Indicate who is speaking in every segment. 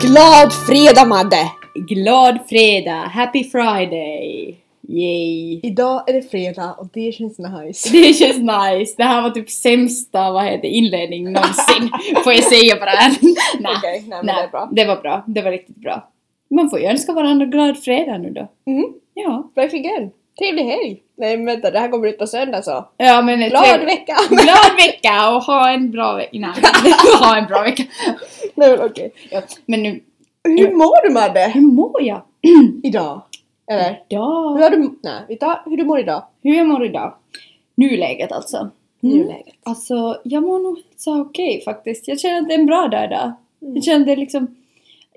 Speaker 1: Glad fredag Madde!
Speaker 2: Glad fredag! Happy Friday! Yay!
Speaker 1: Idag är det fredag och det känns nice.
Speaker 2: Det känns nice. Det här var typ sämsta vad heter, inledning någonsin. får jag säga på det här? nej,
Speaker 1: Okej, nej, men det är bra.
Speaker 2: det var bra. Det var riktigt bra. Man får ju önska varandra glad fredag nu då.
Speaker 1: Mm,
Speaker 2: Ja.
Speaker 1: verkligen. Trevlig helg! Nej men vänta, det här kommer ut på söndag så.
Speaker 2: Ja men...
Speaker 1: Glad vecka!
Speaker 2: Glad vecka och ha en bra vecka. Nej, ha en bra vecka.
Speaker 1: Nej men okej.
Speaker 2: Ja, men nu,
Speaker 1: Hur mår du Madde?
Speaker 2: hur mår jag?
Speaker 1: Idag? Eller? Hur
Speaker 2: Idag?
Speaker 1: har du... Nej, vi tar hur du mår idag.
Speaker 2: Hur jag mår idag? Nuläget alltså. Mm.
Speaker 1: Nuläget.
Speaker 2: Alltså, jag mår nog så okej faktiskt. Jag känner att det är en bra dag idag.
Speaker 1: Mm.
Speaker 2: Jag kände liksom...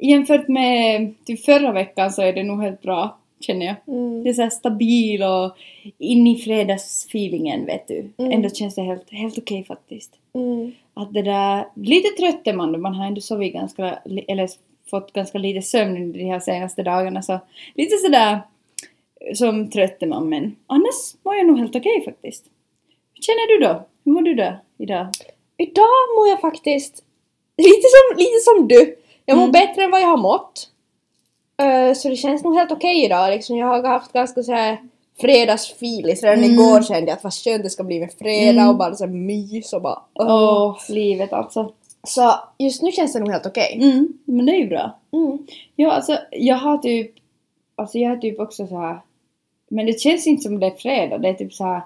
Speaker 2: Jämfört med typ förra veckan så är det nog helt bra, känner jag.
Speaker 1: Mm.
Speaker 2: Det är såhär stabil och in i fredagsfeelingen, vet du.
Speaker 1: Mm.
Speaker 2: Ändå känns det helt, helt okej faktiskt.
Speaker 1: Mm.
Speaker 2: Att det där... Lite trött är man då. Man har ändå sovit ganska... li- Eller fått ganska lite sömn under de här senaste dagarna så... Lite sådär... Som trött är man men annars mår jag nog helt okej faktiskt. Hur känner du då? Hur mår du då? Idag?
Speaker 1: Idag mår jag faktiskt lite som, lite som du. Jag mår
Speaker 2: Mm.
Speaker 1: bättre än vad jag har mått. Eh, så det känns nog helt okej idag. Liksom, jag har haft ganska så här fredagsfilis. Redan
Speaker 2: Mm.
Speaker 1: igår kände jag att vad skönt det ska bli med fredag
Speaker 2: Mm.
Speaker 1: och bara så här mys och bara... åh.
Speaker 2: Åh, livet alltså.
Speaker 1: Så just nu känns det nog helt okej.
Speaker 2: Mm, men det är ju bra.
Speaker 1: Mm.
Speaker 2: Ja, alltså jag har typ... Alltså jag har typ också så här... Men det känns inte som det är fredag, det är typ så här...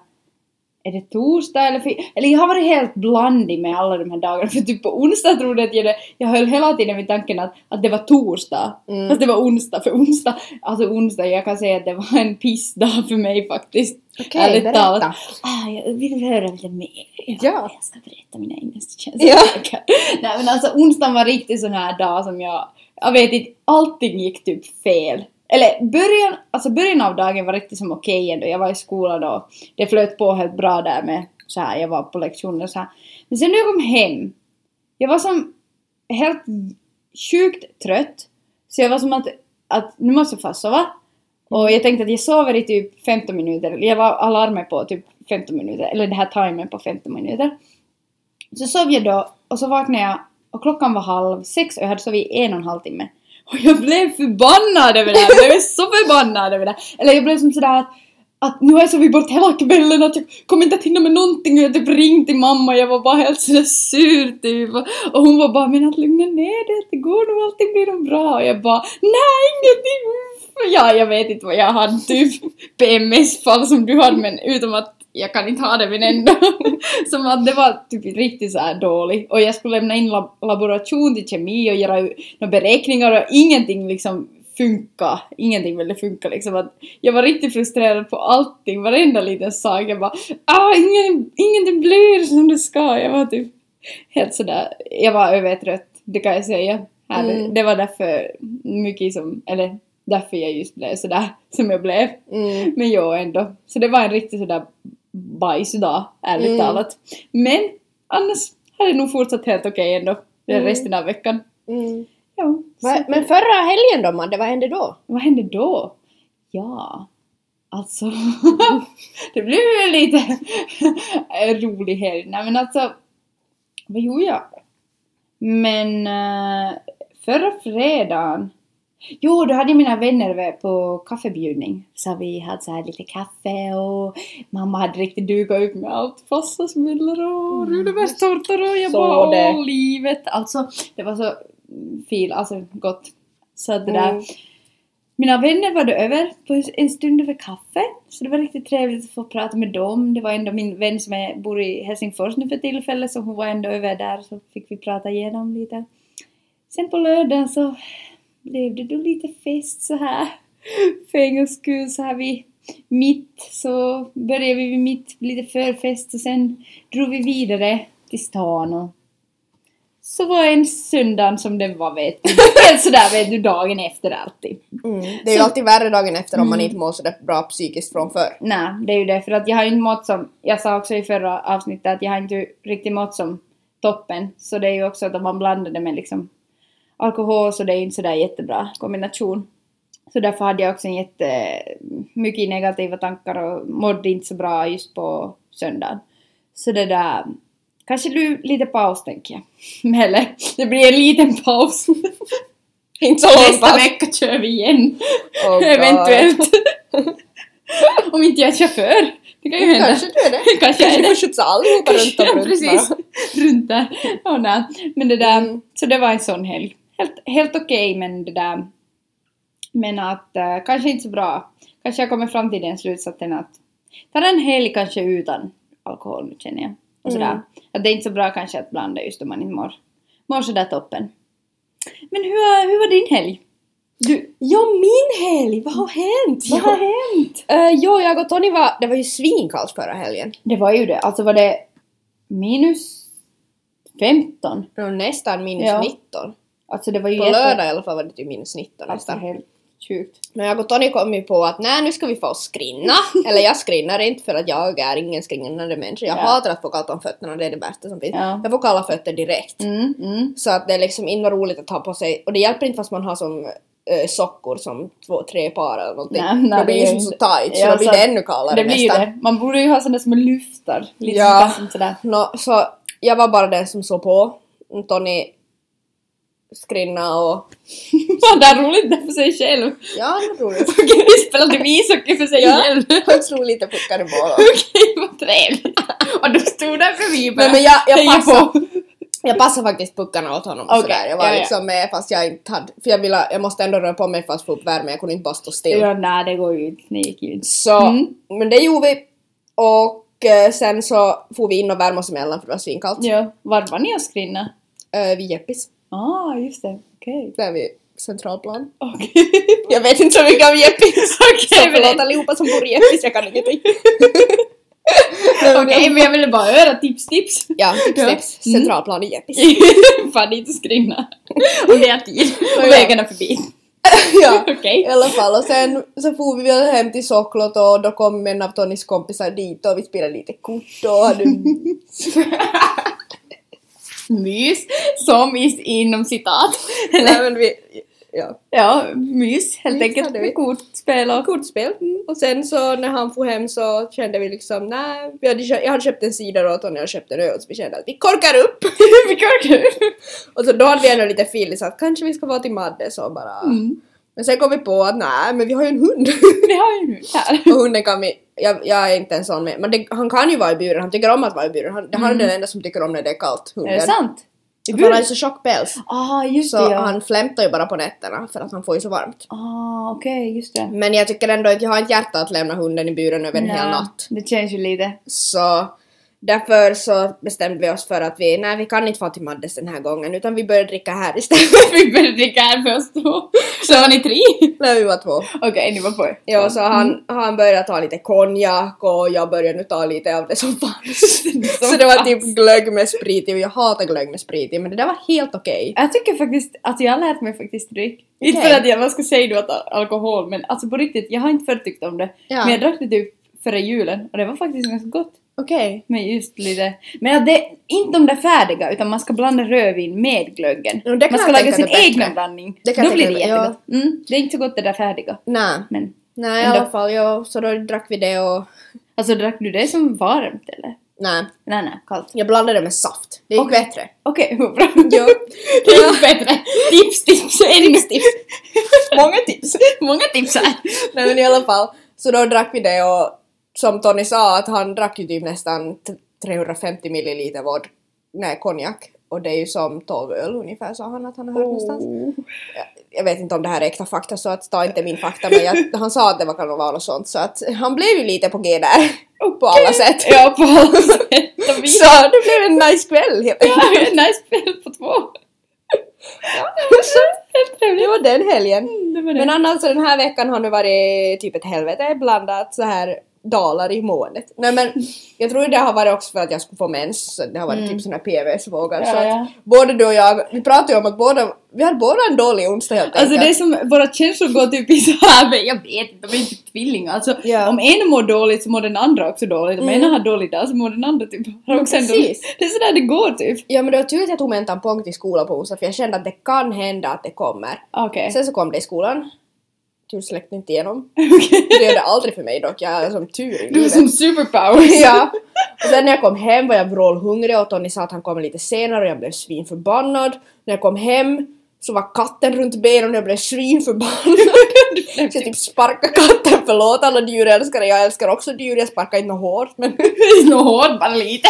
Speaker 2: Är det torsdag eller fri... Eller jag har varit helt blandig med alla de här dagarna för typ på onsdag trodde jag att jag... det- Jag höll hela tiden vid tanken att, att det var torsdag.
Speaker 1: Mm.
Speaker 2: Fast det var onsdag, för onsdag... Alltså onsdag, jag kan säga att det var en pissdag för mig faktiskt.
Speaker 1: Okej,
Speaker 2: Ärligt
Speaker 1: berätta.
Speaker 2: talat. Ah, jag vill höra lite mer.
Speaker 1: Ja.
Speaker 2: Jag ska berätta mina innersta känslor.
Speaker 1: Ja.
Speaker 2: Nej men alltså onsdagen var riktigt sån här dag som jag, jag vet inte, allting gick typ fel. Eller början, alltså början av dagen var riktigt som okej ändå. Jag var i skolan och det flöt på helt bra där med så här, jag var på lektioner och så här. Men sen när jag kom hem, jag var som helt sjukt trött. Så jag var som att, att nu måste jag fast sova. Och jag tänkte att jag sover i typ 15 minuter, jag var alarmet på typ 15 minuter, eller det här timern på 15 minuter. Så sov jag då och så vaknade jag och klockan var halv sex och jag hade sovit en och en halv timme. Och jag blev förbannad över det här, jag blev så förbannad över det här. Eller jag blev som sådär att, att nu har jag sovit bort hela kvällen och typ kom inte att hinna med någonting och jag typ ringde till mamma och jag var bara helt sådär sur typ. Och- Och hon var bara men att lugna ner dig, det går nog allting blir nog bra. Och jag bara nej ingenting. uff." Ja jag vet inte vad jag hade typ PMS-fall som du hade men utom att jag kan inte ha det men ändå. Som att det var typ riktigt så här dåligt. Och jag skulle lämna in lab- laboration till kemi och göra ju några beräkningar och ingenting liksom funka. Ingenting ville funka liksom. Att jag var riktigt frustrerad på allting, varenda liten sak. Jag bara ah, ingen, ingenting blir som det ska. Jag var typ helt sådär, jag var övertrött, det kan jag säga. Här,
Speaker 1: Mm.
Speaker 2: Det var därför mycket som, eller därför jag just blev sådär som jag blev.
Speaker 1: Mm.
Speaker 2: Men jag ändå. Så det var en riktigt sådär bajsdag, ärligt
Speaker 1: Mm.
Speaker 2: talat. Men annars har det nog fortsatt helt okej ändå. Den
Speaker 1: Mm.
Speaker 2: resten av veckan.
Speaker 1: Mm.
Speaker 2: Ja.
Speaker 1: Va,
Speaker 2: så-
Speaker 1: men förra helgen då Madde, vad hände då?
Speaker 2: Vad hände då? Ja. Alltså. det blev ju lite rolig helg. Nej men alltså. Vad gjorde jag? Men eh, förra fredagen. Jo, då hade jag mina vänner över på kaffebjudning. Så vi hade så här lite kaffe och mamma hade riktigt dukat upp med allt. Fassasmullar och
Speaker 1: Mm.
Speaker 2: rudebärstårtor och jag
Speaker 1: Så
Speaker 2: bara
Speaker 1: det.
Speaker 2: åh livet. Alltså, det var så fil, alltså gott. Så att det där.
Speaker 1: Mm.
Speaker 2: Mina vänner var då över på en- en stund över kaffe. Så det var riktigt trevligt att få prata med dem. Det var ändå min vän som är, bor i Helsingfors nu för tillfället så hon var ändå över där så fick vi prata igenom lite. Sen på lördagen så blev det då lite fest så här. För en gångs skull så här vi mitt så började vi vid mitt lite förfest och sen drog vi vidare till stan och så var en söndag som den var vet du. Helt sådär vet du dagen efter alltid.
Speaker 1: Mm. Det är ju
Speaker 2: Så-
Speaker 1: alltid värre dagen efter om man
Speaker 2: Mm.
Speaker 1: inte mår sådär bra psykiskt från förr.
Speaker 2: Nej, det är ju det. För att jag har ju inte mått som, jag sa också i förra avsnittet att jag har inte riktigt mått som toppen. Så det är ju också att om man blandar det med liksom alkohol så det är ju inte sådär jättebra kombination. Så därför hade jag också en jätte, mycket negativa tankar och mådde inte så bra just på söndagen. Så det där, kanske du lite paus tänker jag. Eller, det blir en liten paus.
Speaker 1: Inte så långt
Speaker 2: Nästa
Speaker 1: pass.
Speaker 2: vecka kör vi igen.
Speaker 1: Oh, God.
Speaker 2: Eventuellt. Om inte jag är chaufför. Det kan ju hända.
Speaker 1: Mm, Kanske du är det.
Speaker 2: Kanske jag
Speaker 1: Kanske
Speaker 2: är
Speaker 1: du
Speaker 2: det.
Speaker 1: får skjutsa allihopa runt om
Speaker 2: Ja,
Speaker 1: runt
Speaker 2: precis.
Speaker 1: bara.
Speaker 2: Runt där. Ja, nej. Men det där,
Speaker 1: Mm.
Speaker 2: så det var en sån helg. Helt, helt okej men det där, men att eh, kanske inte så bra. Kanske jag kommer fram till den slutsatsen att ta en helg kanske utan alkohol nu känner jag. Och sådär.
Speaker 1: Mm.
Speaker 2: Att det är inte så bra kanske att blanda just om man inte mår, mår sådär toppen. Men hur, hur var din helg? Du,
Speaker 1: Ja, min helg! Vad har hänt?
Speaker 2: vad har hänt?
Speaker 1: Eh, jo, jag och Tony var... Det var ju svinkallt förra helgen.
Speaker 2: Det var ju det, alltså var det minus 15?
Speaker 1: Det var nästan minus
Speaker 2: Ja.
Speaker 1: 19.
Speaker 2: Alltså det var ju
Speaker 1: På
Speaker 2: jätte-
Speaker 1: lördag i alla fall var det typ minus 19
Speaker 2: Alltså
Speaker 1: nästan.
Speaker 2: helt sjukt.
Speaker 1: Men jag och Tony kom ju på att nej, nu ska vi få skrinna. Eller jag skrinnar inte för att jag är ingen skrinnande människa. Jag
Speaker 2: Ja.
Speaker 1: hatar att få kallt om fötterna, det är det värsta som finns.
Speaker 2: Ja.
Speaker 1: Jag får kalla fötter direkt.
Speaker 2: Mm, mm.
Speaker 1: Så att det är liksom inte roligt att ha på sig. Och det hjälper inte fast man har som eh, sockor som två, tre par eller någonting.
Speaker 2: Nej, nej,
Speaker 1: då blir
Speaker 2: det
Speaker 1: det
Speaker 2: gör
Speaker 1: ju så
Speaker 2: inte-
Speaker 1: tight så
Speaker 2: Ja,
Speaker 1: då blir
Speaker 2: så
Speaker 1: det
Speaker 2: att-
Speaker 1: ännu kallare
Speaker 2: Det blir ju
Speaker 1: nästan.
Speaker 2: det. Man borde ju ha sådana som luftar. Lite
Speaker 1: Ja.
Speaker 2: ja. sånt sådär.
Speaker 1: Nå, så jag var bara den som såg på. Tony skrinna och...
Speaker 2: Fan, det är roligt där för sig själv.
Speaker 1: Ja, det var roligt.
Speaker 2: Okej, vi spelade vi ishockey för sig
Speaker 1: Ja.
Speaker 2: själv.
Speaker 1: Jag slog lite puckar i bollen.
Speaker 2: Okej, vad trevligt. Och du stod där bredvid bara.
Speaker 1: Nej, men jag, jag,
Speaker 2: heja
Speaker 1: passade,
Speaker 2: på.
Speaker 1: jag passade faktiskt puckarna åt honom och
Speaker 2: Okej,
Speaker 1: sådär. Jag var
Speaker 2: ja, ja.
Speaker 1: liksom med fast jag inte hade... För jag, ville, jag måste ändå röra på mig för att få upp värme, jag kunde inte bara stå still.
Speaker 2: Ja, nej, det går ju inte. Det gick ju inte.
Speaker 1: Så,
Speaker 2: Mm.
Speaker 1: men det gjorde vi. Och eh, sen så får vi in och värma oss emellan för det var svinkallt.
Speaker 2: Ja, var var ni och skrinna? Mm.
Speaker 1: Eh, vid Jeppis,
Speaker 2: Ah, just det. Okej.
Speaker 1: där vid Centralplan.
Speaker 2: Okej.
Speaker 1: Jag vet inte så mycket om Jeppis. Så
Speaker 2: Okej, men
Speaker 1: förlåt
Speaker 2: det-
Speaker 1: allihopa som bor i Jeppis, jag kan ingenting.
Speaker 2: okej, men jag ville bara höra tips, tips.
Speaker 1: Ja, tips,
Speaker 2: Ja.
Speaker 1: tips.
Speaker 2: Mm.
Speaker 1: Centralplan i Jeppis.
Speaker 2: Fan, inte skrinna. Om det är tid.
Speaker 1: Ja.
Speaker 2: Och vägarna förbi.
Speaker 1: ja.
Speaker 2: Okej.
Speaker 1: I alla fall och sen så for vi väl hem till Soklot och då kom en av Tonys kompisar dit och vi spelade lite kort och hade...
Speaker 2: Mys, som is inom citat.
Speaker 1: Nej men vi... Ja.
Speaker 2: Ja, mys helt
Speaker 1: Mys
Speaker 2: enkelt
Speaker 1: hade vi.
Speaker 2: med kortspel och...
Speaker 1: Kortspel. Mm. Och sen så när han for hem så kände vi liksom nej, vi hade, kö- jag hade köpt en cider och Tony hade köpt en öl så vi kände att vi korkar upp!
Speaker 2: Vi körde!
Speaker 1: Och så då hade vi ändå lite feeling så att kanske vi ska vara till Madde så bara...
Speaker 2: Mm.
Speaker 1: Men sen kom vi på att nej, men vi har ju en hund!
Speaker 2: Vi har ju nu här.
Speaker 1: Och hunden kan vi, jag, jag är inte en sån med, men det, han kan ju vara i buren, han tycker om att vara i buren. Han, han är den enda som tycker om när det är kallt,
Speaker 2: Mm. Är det
Speaker 1: hunden.
Speaker 2: sant? I
Speaker 1: För han har
Speaker 2: buren?
Speaker 1: ju så tjock päls.
Speaker 2: Ah, just
Speaker 1: Så
Speaker 2: det ja.
Speaker 1: han flämtar ju bara på nätterna för att han får ju så varmt.
Speaker 2: Ah, okej, just det.
Speaker 1: Men jag tycker ändå att jag har ett hjärta att lämna hunden i buren över en
Speaker 2: Nä,
Speaker 1: hel natt.
Speaker 2: Det känns ju lite.
Speaker 1: Så därför så bestämde vi oss för att vi, nej vi kan inte få till Maddes den här gången utan vi börjar dricka här istället.
Speaker 2: Vi började dricka här först då. Så var ni tre?
Speaker 1: när vi var två. Mm.
Speaker 2: Okej, ni var på
Speaker 1: Ja, så han, han började ta lite konjak och jag började nu ta lite av det som fanns. så det var typ glögg med sprit i och jag hatar glögg med sprit i men det där var helt okej.
Speaker 2: Jag tycker faktiskt att jag har lärt mig faktiskt dryck. Inte
Speaker 1: Okej.
Speaker 2: för att jag vad ska säga då att al- alkohol, men alltså på riktigt, jag har inte förr tyckt om det.
Speaker 1: Ja.
Speaker 2: Men jag drack det typ före julen och det var faktiskt ganska gott.
Speaker 1: Okej.
Speaker 2: Men just lite... Men ja, det, inte de där färdiga, utan man ska blanda rödvin med glöggen.
Speaker 1: Ja, det kan
Speaker 2: man ska
Speaker 1: jag tänka
Speaker 2: laga sin
Speaker 1: att det är bättre.
Speaker 2: egna blandning.
Speaker 1: Det kan
Speaker 2: Då
Speaker 1: jag
Speaker 2: blir det
Speaker 1: tänka mig,
Speaker 2: jättegott. Mm, det är inte så gott det där färdiga.
Speaker 1: Nej.
Speaker 2: Men,
Speaker 1: Nej i
Speaker 2: Men då-
Speaker 1: alla fall, ja, så då drack vi det och
Speaker 2: alltså drack du det som varmt eller?
Speaker 1: nej.
Speaker 2: Nej, nej, kallt.
Speaker 1: Jag blandade det med saft. Det gick
Speaker 2: Okej.
Speaker 1: bättre.
Speaker 2: Okej, vad bra.
Speaker 1: Ja.
Speaker 2: Det är bättre. Tips, tips, ännu tips. Många tips. Många tips här.
Speaker 1: Nej men i alla fall, så då drack vi det och som Tony sa att han drack ju typ nästan t- 350 milliliter vod, nej konjak. Och det är ju som 12 öl ungefär sa han att han har
Speaker 2: Oh.
Speaker 1: hört någonstans. Jag vet inte om det här är äkta fakta så att ta inte min fakta men jag, han sa att det var kan vara något sånt så att han blev ju lite på G där. På alla sätt.
Speaker 2: Ja, på alla sätt och vis.
Speaker 1: Så det blev en nice kväll helt enkelt.
Speaker 2: Ja, nice spel på två.
Speaker 1: Så
Speaker 2: Helt trevligt.
Speaker 1: Det var den helgen.
Speaker 2: Mm, Det var det.
Speaker 1: Men annars så den här veckan har nu varit typ ett helvete blandat så här dalar i molnet. Nej men jag tror det har varit också för att jag skulle få mens så det har varit
Speaker 2: Mm.
Speaker 1: typ såna PVS-vågor så
Speaker 2: Ja, ja.
Speaker 1: att både du och jag, vi pratade ju om att båda, vi hade båda en dålig onsdag helt
Speaker 2: Alltså det är
Speaker 1: enkelt.
Speaker 2: som, våra känslor går typ i så här, men jag vet inte, de är typ tvillingar. Alltså
Speaker 1: Ja.
Speaker 2: om en mår dåligt så mår den andra också dåligt. Om
Speaker 1: Mm.
Speaker 2: ena har dålig dag så mår den andra typ har
Speaker 1: Men
Speaker 2: också en
Speaker 1: precis.
Speaker 2: dålig. Det är sådär det går typ.
Speaker 1: Ja men det var tur att jag tog med en tampong till skolan på onsdag för jag kände att det kan hända att det kommer.
Speaker 2: Okej.
Speaker 1: Sen så kom det i skolan. Tur släckte inte igenom.
Speaker 2: Okej.
Speaker 1: Det gör det aldrig för mig dock, jag är som tur i
Speaker 2: Du är
Speaker 1: livet.
Speaker 2: som superpowers.
Speaker 1: Ja. Och sen när jag kom hem var jag vrålhungrig och Tony sa att han kommer lite senare och jag blev svinförbannad. När jag kom hem så var katten runt benen och jag blev svinförbannad. Så jag typ sparkade katten, förlåt alla djurälskare, jag älskar också djur, jag sparkar inte något hårt men
Speaker 2: Nå hårt bara lite.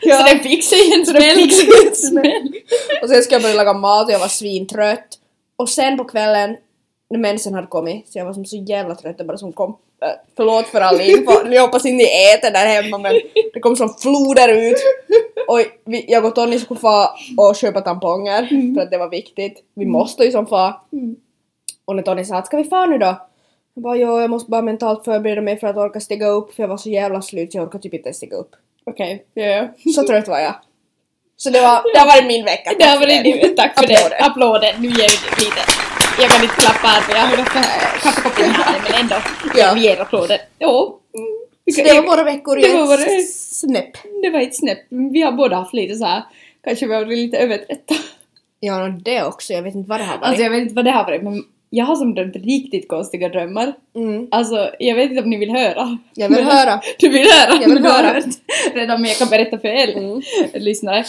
Speaker 1: Ja.
Speaker 2: Så det fick sig en
Speaker 1: Så det
Speaker 2: smäll.
Speaker 1: fick sig en smäll. Och sen skulle jag börja laga mat och jag var svintrött. Och sen på kvällen, när mensen hade kommit, så jag var som så jävla trött, det bara som kom. Äh, förlåt för all info, jag hoppas inte ni äter där hemma men det kom som floder ut. Och vi, jag och Tony skulle få och köpa tamponger för att det var viktigt. Vi måste ju som få.
Speaker 2: Mm.
Speaker 1: Och när Tony sa att ska vi få nu då? Jag bara jo, jag måste bara mentalt förbereda mig för att orka stiga upp för jag var så jävla slut, jag orkade typ inte stiga upp.
Speaker 2: Okej, ja, ja.
Speaker 1: Så trött var jag. Så det, var, det har varit min vecka.
Speaker 2: Det var det nu. Tack för det.
Speaker 1: Applåder.
Speaker 2: Applåder. Nu ger vi lite. Jag kan inte klappa här för jag har haft kaffekoppen i handen men ändå.
Speaker 1: Ja.
Speaker 2: Vi ger applåder. Ja. Mm.
Speaker 1: Så det var våra veckor i
Speaker 2: Det var våra-
Speaker 1: ett snäpp.
Speaker 2: Det var ett snäpp. Vi har båda haft lite så här. Kanske vi har varit lite övertrötta.
Speaker 1: Ja, och det också. Jag vet inte vad det har varit.
Speaker 2: Alltså jag vet inte vad det har varit men jag har som drömt riktigt konstiga drömmar.
Speaker 1: mm.
Speaker 2: Alltså jag Mm. vet inte om ni vill höra.
Speaker 1: Jag vill
Speaker 2: Men-
Speaker 1: höra.
Speaker 2: Du vill höra?
Speaker 1: Jag vill
Speaker 2: Du har
Speaker 1: höra.
Speaker 2: hört Redan men jag kan berätta för er
Speaker 1: Mm.
Speaker 2: lyssnare.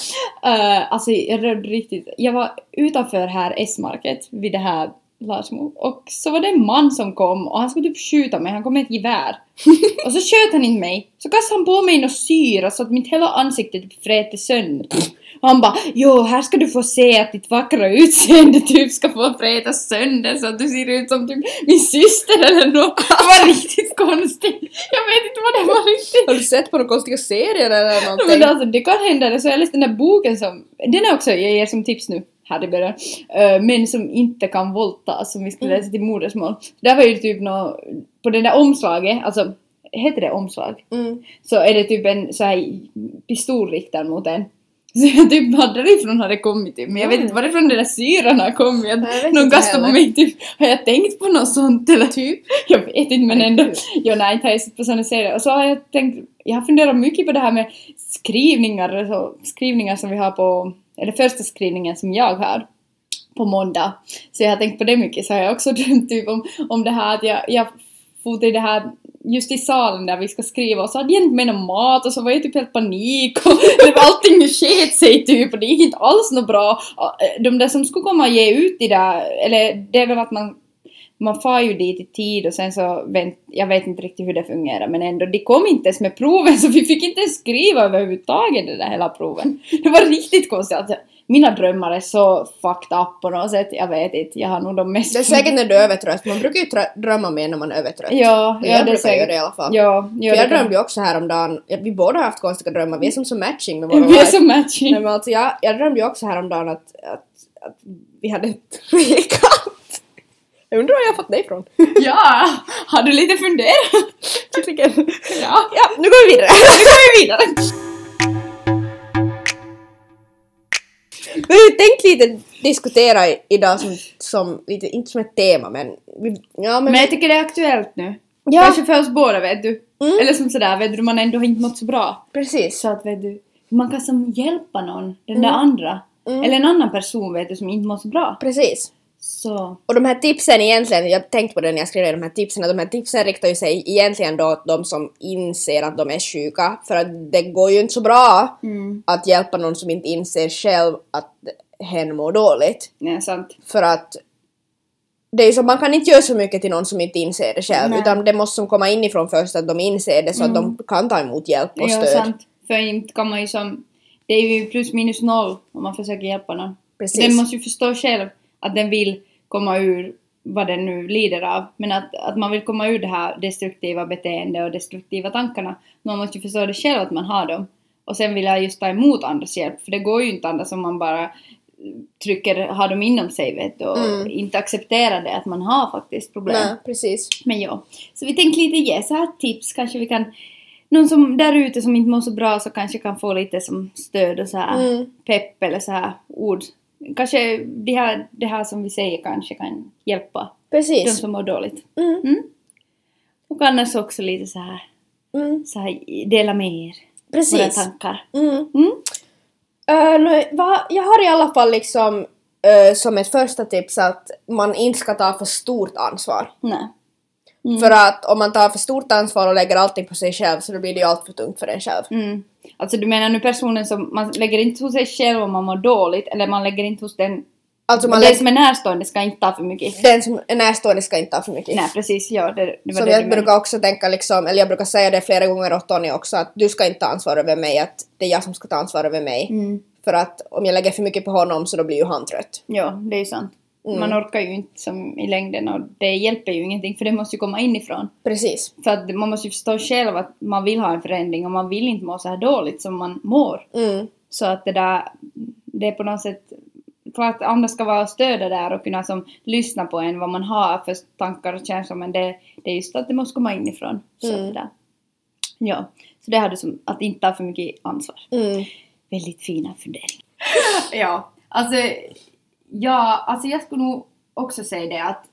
Speaker 2: Uh, alltså jag drömde riktigt. Jag var utanför här S-market vid det här Larsmo och så var det en man som kom och han skulle typ skjuta mig, han kom med ett gevär. och så sköt han inte mig, så kastade han på mig någon syra så att mitt hela ansikte typ frätte sönder. Och han bara jo här ska du få se att ditt vackra utseende typ ska få frätas sönder så att du ser ut som typ min syster eller något. Det var riktigt konstigt. Jag vet inte vad det var riktigt.
Speaker 1: Har du sett på några konstiga serier eller
Speaker 2: Ja,
Speaker 1: någonting?
Speaker 2: Men alltså, det kan hända det, så jag läste den där boken som, den är också, jag ger som tips nu, här i början, uh, Män som inte kan våldtas, som vi
Speaker 1: Mm.
Speaker 2: skulle läsa till modersmål. Där var ju typ nå, på det där omslaget, alltså, heter det omslag?
Speaker 1: Mm.
Speaker 2: Så är det typ en så här pistol riktad mot en. Så jag typ bara därifrån har det kommit typ, men jag vet
Speaker 1: Mm.
Speaker 2: inte varifrån den där syran har kommit.
Speaker 1: Nej, jag vet
Speaker 2: Att någon
Speaker 1: inte
Speaker 2: kastade på
Speaker 1: heller.
Speaker 2: mig typ, har jag tänkt på något sånt eller typ? Jag vet inte men ändå. Jo, nej, inte har jag sett på sådana serier. Och så har jag tänkt, jag har funderat mycket på det här med skrivningar, alltså, skrivningar som vi har på, eller första skrivningen som jag har på måndag. Så jag har tänkt på det mycket, så har jag också drömt typ om, om det här att jag, jag for till det här just i salen där vi ska skriva och så hade jag inte med någon mat och så var jag typ helt panik och det var allting sket sig typ och det gick inte alls något bra. Och, eh, De där som skulle komma och ge ut det där, eller det är väl att man man far ju dit i tid och sen så vänt, jag vet inte riktigt hur det fungerar men ändå, de kom inte ens med proven så vi fick inte ens skriva överhuvudtaget det där hela proven. Det var riktigt konstigt. Alltså, mina drömmar är så fucked up på något sätt, jag vet inte, jag har nog de mest...
Speaker 1: Det är säkert när du är övertrött. Man brukar ju trö- drömma mer när man är övertrött.
Speaker 2: Ja,
Speaker 1: Men
Speaker 2: ja
Speaker 1: jag
Speaker 2: det är
Speaker 1: brukar göra det i
Speaker 2: säkert.
Speaker 1: alla fall.
Speaker 2: Ja, ja,
Speaker 1: För
Speaker 2: det
Speaker 1: jag
Speaker 2: kan-
Speaker 1: drömde ju också häromdagen, ja, vi båda har haft konstiga drömmar, vi är som så matching med våra
Speaker 2: Vi är
Speaker 1: life.
Speaker 2: så matching.
Speaker 1: Nej, men alltså jag, jag drömde ju också häromdagen att, att, att vi hade en trekant. Jag undrar var jag har fått det ifrån.
Speaker 2: Ja! Har du lite funderat?
Speaker 1: Tydligen.
Speaker 2: Ja.
Speaker 1: Ja, nu går vi vidare.
Speaker 2: Nu går vi vidare!
Speaker 1: Vi har ju tänkt lite diskutera i- idag som, som lite, inte som ett tema men, vi, ja men,
Speaker 2: Men jag tycker det är aktuellt nu.
Speaker 1: Ja.
Speaker 2: Kanske för oss båda vet du.
Speaker 1: Mm.
Speaker 2: Eller som sådär, vet du, man ändå har inte mått så bra.
Speaker 1: precis.
Speaker 2: Så att vet du, man kan som hjälpa någon, den där
Speaker 1: Mm.
Speaker 2: andra.
Speaker 1: Mm.
Speaker 2: Eller en annan person vet du som inte mår så bra.
Speaker 1: Precis.
Speaker 2: Så.
Speaker 1: Och de här tipsen egentligen, jag tänkte på det när jag skrev ner de här tipsen, att de här tipsen riktar ju sig egentligen då åt de som inser att de är sjuka för att det går ju inte så bra
Speaker 2: Mm.
Speaker 1: att hjälpa någon som inte inser själv att hen mår dåligt.
Speaker 2: Nej, sant.
Speaker 1: För att det är ju så, man kan inte göra så mycket till någon som inte inser det själv
Speaker 2: Nej. Mm.
Speaker 1: utan det måste som komma inifrån först att de inser det så att de kan ta emot hjälp och
Speaker 2: Ja,
Speaker 1: stöd.
Speaker 2: sant. För inte kan man ju som... Det är ju plus minus noll om man försöker hjälpa någon.
Speaker 1: Precis.
Speaker 2: Den måste ju förstå själv att den vill komma ur vad den nu lider av. Men att, att man vill komma ur det här destruktiva beteendet och destruktiva tankarna. Man måste ju förstå det själv att man har dem. Och sen vill jag just ta emot andras hjälp. För det går ju inte annars om man bara trycker, har dem inom sig vet du, och
Speaker 1: Mm.
Speaker 2: inte accepterar det att man har faktiskt problem.
Speaker 1: Nej, precis.
Speaker 2: Men ja, så vi tänkte lite ge så här tips, kanske vi kan någon som där ute som inte mår så bra så kanske kan få lite som stöd och så här
Speaker 1: Mm.
Speaker 2: pepp eller så här ord. Kanske det här, det här som vi säger kanske kan hjälpa de
Speaker 1: Precis.
Speaker 2: som mår dåligt.
Speaker 1: Mm.
Speaker 2: Och annars också lite så här,
Speaker 1: Mm.
Speaker 2: så här dela med er våra
Speaker 1: Precis.
Speaker 2: tankar.
Speaker 1: Mm.
Speaker 2: Mm.
Speaker 1: Eh, nu, va, jag har i alla fall liksom eh, som ett första tips att man inte ska ta för stort ansvar.
Speaker 2: Nej. Mm.
Speaker 1: För att om man tar för stort ansvar och lägger allting på sig själv så då blir det ju allt för tungt för en själv.
Speaker 2: Mm. Alltså du menar nu personen som, man lägger inte hos sig själv om man mår dåligt eller man lägger inte hos den
Speaker 1: Alltså man
Speaker 2: den
Speaker 1: lägger,
Speaker 2: som är närstående ska inte ta för mycket.
Speaker 1: den som är närstående ska inte ha för mycket.
Speaker 2: Nej precis, ja det, det var
Speaker 1: Som
Speaker 2: det
Speaker 1: jag
Speaker 2: du menade.
Speaker 1: brukar också tänka liksom, eller jag brukar säga det flera gånger åt Tony också, att du ska inte ta ansvar över mig, att det är jag som ska ta ansvar över mig.
Speaker 2: Mm.
Speaker 1: För att om jag lägger för mycket på honom så då blir ju han trött.
Speaker 2: Ja, det är ju sant.
Speaker 1: Mm.
Speaker 2: Man orkar ju inte som i längden och det hjälper ju ingenting för det måste ju komma inifrån.
Speaker 1: Precis.
Speaker 2: För att man måste ju förstå själv att man vill ha en förändring och man vill inte må så här dåligt som man mår.
Speaker 1: Mm.
Speaker 2: Så att det där, det är på något sätt, klart andra ska vara och stödja där och kunna som lyssna på en vad man har för tankar och känslor men det, det är just att det måste komma inifrån. Så
Speaker 1: Mm.
Speaker 2: att det där. Ja, så det hade som att inte ha för mycket ansvar.
Speaker 1: Mm.
Speaker 2: Väldigt fina funderingar. ja, alltså, ja, alltså jag skulle nog också säga det att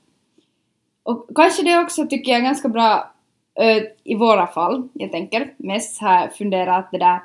Speaker 2: och kanske det också tycker jag är ganska bra eh, i våra fall, jag tänker mest här fundera att det där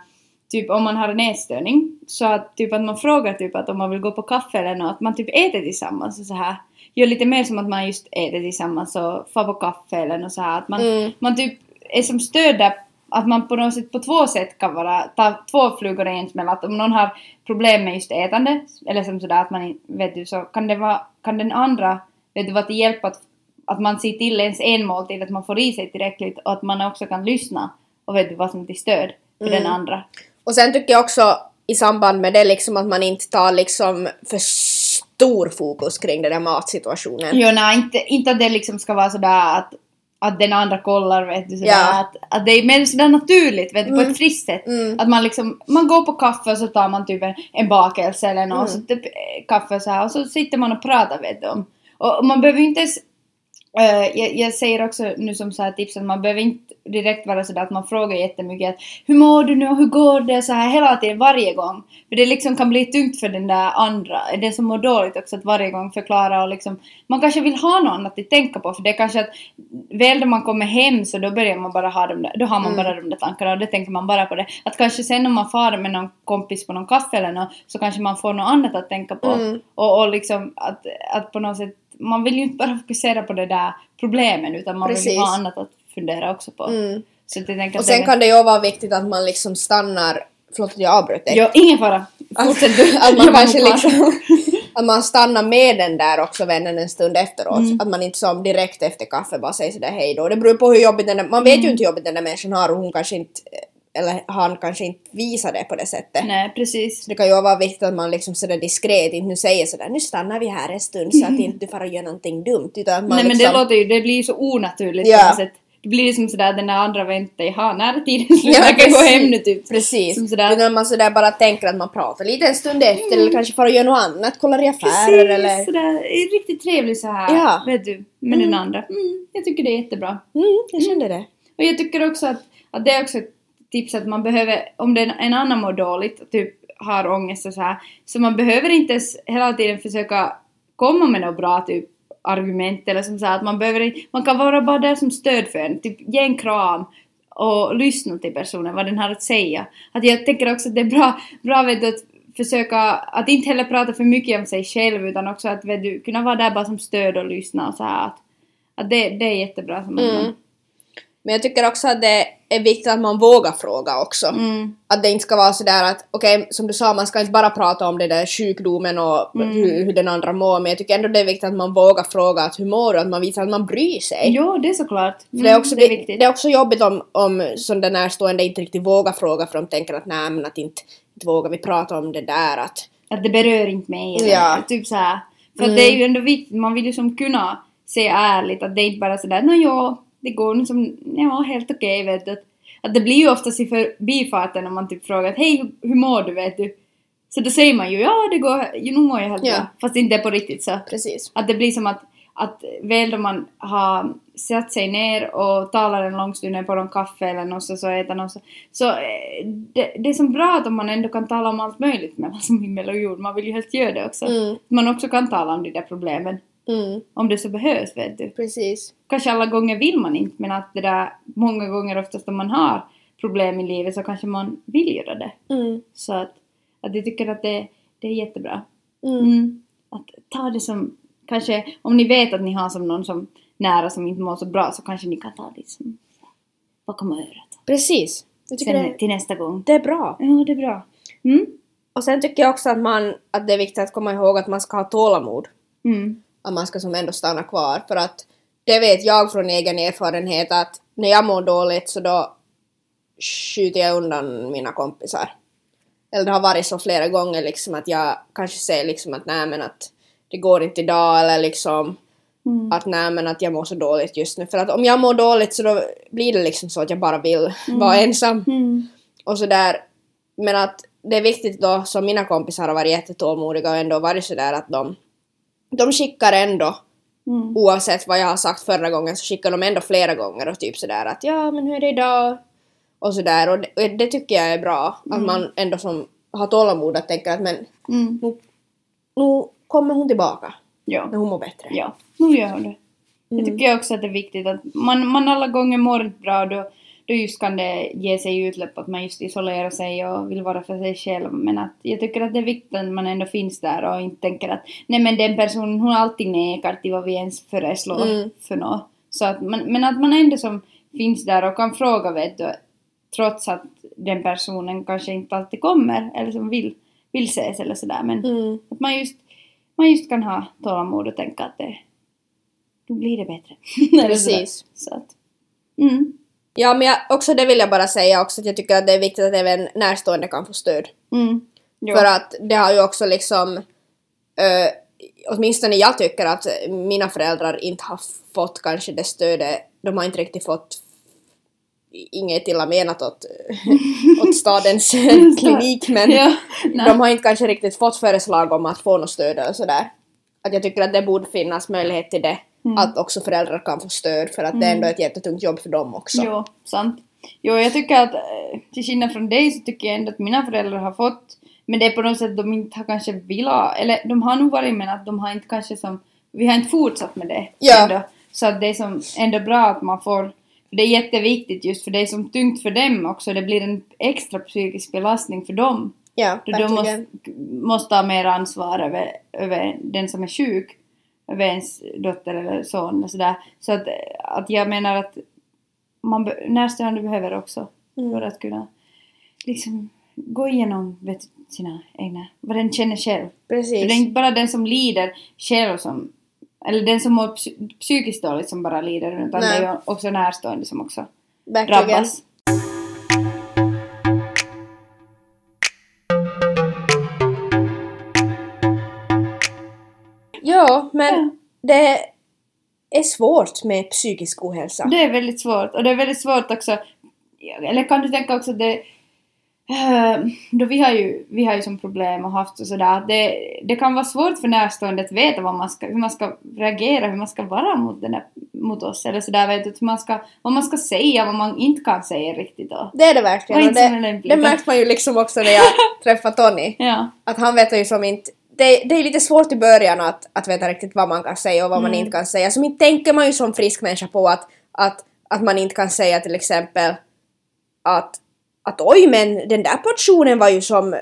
Speaker 2: typ om man har en ätstörning så att typ att man frågar typ att om man vill gå på kaffe eller något, att man typ äter tillsammans och så här gör lite mer som att man just äter tillsammans och far på kaffe eller något så här att man,
Speaker 1: Mm.
Speaker 2: man typ är som stöd där att man på något sätt på två sätt kan vara, ta två flugor i en smäll. Att om någon har problem med just ätande, eller som sådär att man in- vet du, så kan, det vara, kan den andra vet du, vara till hjälp att, att man ser till ens en måltid, att man får i sig tillräckligt och att man också kan lyssna och vet du vad som är till stöd för
Speaker 1: Mm.
Speaker 2: den andra.
Speaker 1: Och sen tycker jag också i samband med det liksom att man inte tar liksom för stor fokus kring den där matsituationen.
Speaker 2: Jo, nej, inte, inte att det liksom ska vara sådär att, att den andra kollar, vet du, sådär,
Speaker 1: Ja.
Speaker 2: att, att det är mer sådär naturligt, vet du, på
Speaker 1: Mm.
Speaker 2: ett friskt sätt.
Speaker 1: Mm.
Speaker 2: Att man liksom, man går på kaffe och så tar man typ en, en bakelse eller något, så typ eh, kaffe och så här och så sitter man och pratar, vet du, om. Och, och man behöver ju inte ens Eh, jag, jag säger också nu som så här tips att man behöver inte direkt vara sådär att man frågar jättemycket att hur mår du nu och hur går det så här hela tiden varje gång. För det liksom kan bli tungt för den där andra, den som mår dåligt också att varje gång förklara och liksom man kanske vill ha något annat att tänka på för det är kanske att väl när man kommer hem så då börjar man bara ha de där, då har man bara de där tankarna och då tänker man bara på det. Att kanske sen om man far med någon kompis på någon kaffe eller något så kanske man får något annat att tänka på
Speaker 1: Mm.
Speaker 2: och, och liksom att, att på något sätt, man vill ju inte bara fokusera på det där problemen utan man vill ju
Speaker 1: Precis.
Speaker 2: ha annat att fundera också på.
Speaker 1: Mm.
Speaker 2: Så att jag tänker
Speaker 1: Och
Speaker 2: att
Speaker 1: sen
Speaker 2: det-
Speaker 1: kan det ju vara viktigt att man liksom stannar, förlåt att jag avbröt dig.
Speaker 2: Ja, ingen fara! Fortsätt du!
Speaker 1: Att
Speaker 2: Jag
Speaker 1: man
Speaker 2: var
Speaker 1: kanske
Speaker 2: nog klar.
Speaker 1: liksom, att man stannar med den där också vännen en stund efteråt.
Speaker 2: Mm.
Speaker 1: Att man inte som direkt efter kaffe bara säger sådär hej då. Det beror på hur jobbigt den där, man
Speaker 2: Mm.
Speaker 1: vet ju inte hur jobbigt den där människan har och hon kanske inte, eller han kanske inte visar det på det sättet.
Speaker 2: Nej, precis.
Speaker 1: Så det kan ju vara viktigt att man liksom sådär diskret inte nu säger sådär nu stannar vi här en stund så att inte du far och gör någonting dumt. Utan att man
Speaker 2: Mm. Nej men
Speaker 1: liksom,
Speaker 2: det låter ju, det blir ju så onaturligt
Speaker 1: Ja.
Speaker 2: på något sätt. Det blir ju som sådär att den där andra väntar, jaha när är tiden slut?
Speaker 1: Ja,
Speaker 2: jag kan gå
Speaker 1: precis.
Speaker 2: hem nu typ.
Speaker 1: Precis.
Speaker 2: Som sådär. Mm.
Speaker 1: Utan man sådär bara tänker att man pratar lite en stund efter eller kanske far och gör något annat, kollar i affärer
Speaker 2: Precis,
Speaker 1: eller...
Speaker 2: sådär, riktigt trevlig så här,
Speaker 1: Ja.
Speaker 2: vet du, med den andra. Mm, jag tycker det är jättebra.
Speaker 1: Mm, jag kände det.
Speaker 2: Och jag tycker också att, att det är också ett tips att man behöver, om det är en annan mår dåligt, typ har ångest och så här, så man behöver inte ens hela tiden försöka komma med något bra typ argument eller som så här, att man behöver inte- man kan vara bara där som stöd för en, typ ge en kram och lyssna till personen, vad den har att säga. Att jag tänker också att det är bra, bra vet du, att försöka, att inte heller prata för mycket om sig själv utan också att vet du, kunna vara där bara som stöd och lyssna och så här att, att det, det är jättebra som att man,
Speaker 1: Mm. Men jag tycker också att det är viktigt att man vågar fråga också.
Speaker 2: Mm.
Speaker 1: Att det inte ska vara sådär att, okej som du sa, man ska inte bara prata om den där sjukdomen och
Speaker 2: Mm.
Speaker 1: hur, hur den andra mår, men jag tycker ändå det är viktigt att man vågar fråga att hur mår du, att man visar att man bryr sig.
Speaker 2: Ja, det är såklart.
Speaker 1: Eh, För det, är också,
Speaker 2: Mm, det är viktigt.
Speaker 1: det är också jobbigt om, om som den närstående inte riktigt vågar fråga för de tänker att nej men att inte, inte vågar vi prata om det där att
Speaker 2: Att det berör inte mig. Eller,
Speaker 1: Ja. Mm.
Speaker 2: Typ så här. För att det är ju ändå viktigt, man vill ju som kunna se ärligt att det är inte bara sådär nå ja, det går nu som, ja helt okej vet du. Att- Att det blir ju oftast i förbifarten om man typ frågar att hej hur- hur mår du vet du. Så då säger man ju ja det går, jo, nu mår jag helt
Speaker 1: Ja.
Speaker 2: bra. Fast inte på riktigt så.
Speaker 1: precis.
Speaker 2: Att det blir som att, att väl då man har satt sig ner och talar en lång stund på någon kaffe eller något så, så äter något så, så eh, det, det är som bra att om man ändå kan tala om allt möjligt mellan som himmel och jord, man vill ju helst göra det också.
Speaker 1: Mm.
Speaker 2: Man också kan tala om de där problemen,
Speaker 1: Mm,
Speaker 2: om det så behövs vet du.
Speaker 1: precis.
Speaker 2: Kanske alla gånger vill man inte, men att det där många gånger oftast om man har problem i livet så kanske man vill göra det.
Speaker 1: Mm.
Speaker 2: Så att, att jag tycker att det, det är jättebra.
Speaker 1: Mm.
Speaker 2: Mm. Att ta det som, kanske om ni vet att ni har som någon som nära som inte mår så bra så kanske ni kan ta det som bakom örat.
Speaker 1: Precis. Jag tycker
Speaker 2: Sen,
Speaker 1: det,
Speaker 2: till nästa gång.
Speaker 1: det är bra.
Speaker 2: Ja, det är bra. Mm.
Speaker 1: Och sen tycker jag också att, man, att det är viktigt att komma ihåg att man ska ha tålamod.
Speaker 2: Mm.
Speaker 1: Att man ska som ändå stanna kvar. För att det vet jag från egen erfarenhet att när jag mår dåligt så då skjuter jag undan mina kompisar. Eller det har varit så flera gånger liksom att jag kanske säger liksom att nej men att det går inte idag eller liksom
Speaker 2: Mm.
Speaker 1: att nej men att jag mår så dåligt just nu. För att om jag mår dåligt så då blir det liksom så att jag bara vill vara ensam
Speaker 2: Mm.
Speaker 1: och sådär. Men att det är viktigt då, som mina kompisar har varit jättetålmodiga och ändå varit sådär att de, de skickar ändå,
Speaker 2: Mm.
Speaker 1: oavsett vad jag har sagt förra gången, så skickar de ändå flera gånger och typ sådär att ja men hur är det idag? Och sådär och det, och det tycker jag är bra, att man ändå som har tålamod att tänka att men
Speaker 2: Mm.
Speaker 1: nu kommer hon tillbaka
Speaker 2: Ja.
Speaker 1: när hon mår bättre.
Speaker 2: Ja, nu gör det.
Speaker 1: Mm.
Speaker 2: Det tycker jag också att det är viktigt att man, man alla gånger mår inte bra då, då just kan det ge sig utlopp att man just isolerar sig och vill vara för sig själv. Men att jag tycker att det är viktigt att man ändå finns där och inte tänker att nej men den personen hon alltid nekar till vad vi ens föreslår
Speaker 1: Mm.
Speaker 2: för något. Så att man, men att man ändå som finns där och kan fråga vet du trots att den personen kanske inte alltid kommer eller som vill, vill ses eller sådär men
Speaker 1: Mm.
Speaker 2: att man just, man just kan ha tålamod och tänka att det, då blir det bättre. Eller sådär.
Speaker 1: Precis.
Speaker 2: Så att, mm,
Speaker 1: Ja men jag, också det vill jag bara säga också att jag tycker att det är viktigt att även närstående kan få stöd.
Speaker 2: mm, jo,
Speaker 1: För att det har ju också liksom, eh, åtminstone jag tycker att mina föräldrar inte har fått kanske det stödet, de har inte riktigt fått inget illa menat åt, åt stadens klinik men
Speaker 2: Ja, nej.
Speaker 1: de har inte kanske riktigt fått förslag om att få något stöd eller sådär. Att jag tycker att det borde finnas möjlighet till det,
Speaker 2: Mm.
Speaker 1: att också föräldrar kan få stöd för att det är ändå ett jättetungt jobb för dem också.
Speaker 2: jo, sant. Jo, jag tycker att eh, till skillnad från dig så tycker jag ändå att mina föräldrar har fått, men det är på något sätt de inte har kanske velat, eller de har nog varit men att de har inte kanske som, vi har inte fortsatt med det
Speaker 1: Ja.
Speaker 2: ändå. Så att det är som ändå bra att man får, för det är jätteviktigt just för det är som tungt för dem också, det blir en extra psykisk belastning för dem.
Speaker 1: Ja,
Speaker 2: Då du
Speaker 1: verkligen.
Speaker 2: måste, måste ha mer ansvar över, över den som är sjuk, över ens dotter eller son och sådär. Så att, att jag menar att man be- närstående behöver också
Speaker 1: Mm.
Speaker 2: för att kunna liksom gå igenom vet, du, sina egna, vad den känner själv. För
Speaker 1: Precis.
Speaker 2: det är inte bara den som lider själv som, eller den som mår psy- psykiskt dåligt som bara lider utan
Speaker 1: Nej.
Speaker 2: det är ju också närstående som också
Speaker 1: Verkligen.
Speaker 2: drabbas.
Speaker 1: Ja, men
Speaker 2: Ja.
Speaker 1: det är svårt med psykisk ohälsa.
Speaker 2: Det är väldigt svårt. Och det är väldigt svårt också. Eller kan du tänka också det... eh, Då vi har ju, vi har ju som problem och haft och sådär. att Det, det kan vara svårt för närstående att veta vad man ska, hur man ska reagera, hur man ska vara mot, den här, mot oss. Eller sådär, vet du, hur man ska, vad man ska säga, vad man inte kan säga riktigt då.
Speaker 1: Det är det
Speaker 2: Och
Speaker 1: verkligen. Och
Speaker 2: inte som en
Speaker 1: det,
Speaker 2: lämplig,
Speaker 1: det
Speaker 2: utan-
Speaker 1: märkte man ju liksom också när jag träffade Tony.
Speaker 2: Ja.
Speaker 1: Att han vet ju som inte... Det, det är lite svårt i början att, att veta riktigt vad man kan säga och vad man
Speaker 2: Mm.
Speaker 1: inte kan säga. Som inte tänker man ju som frisk människa på att, att, att man inte kan säga till exempel att, att oj men den där portionen var ju som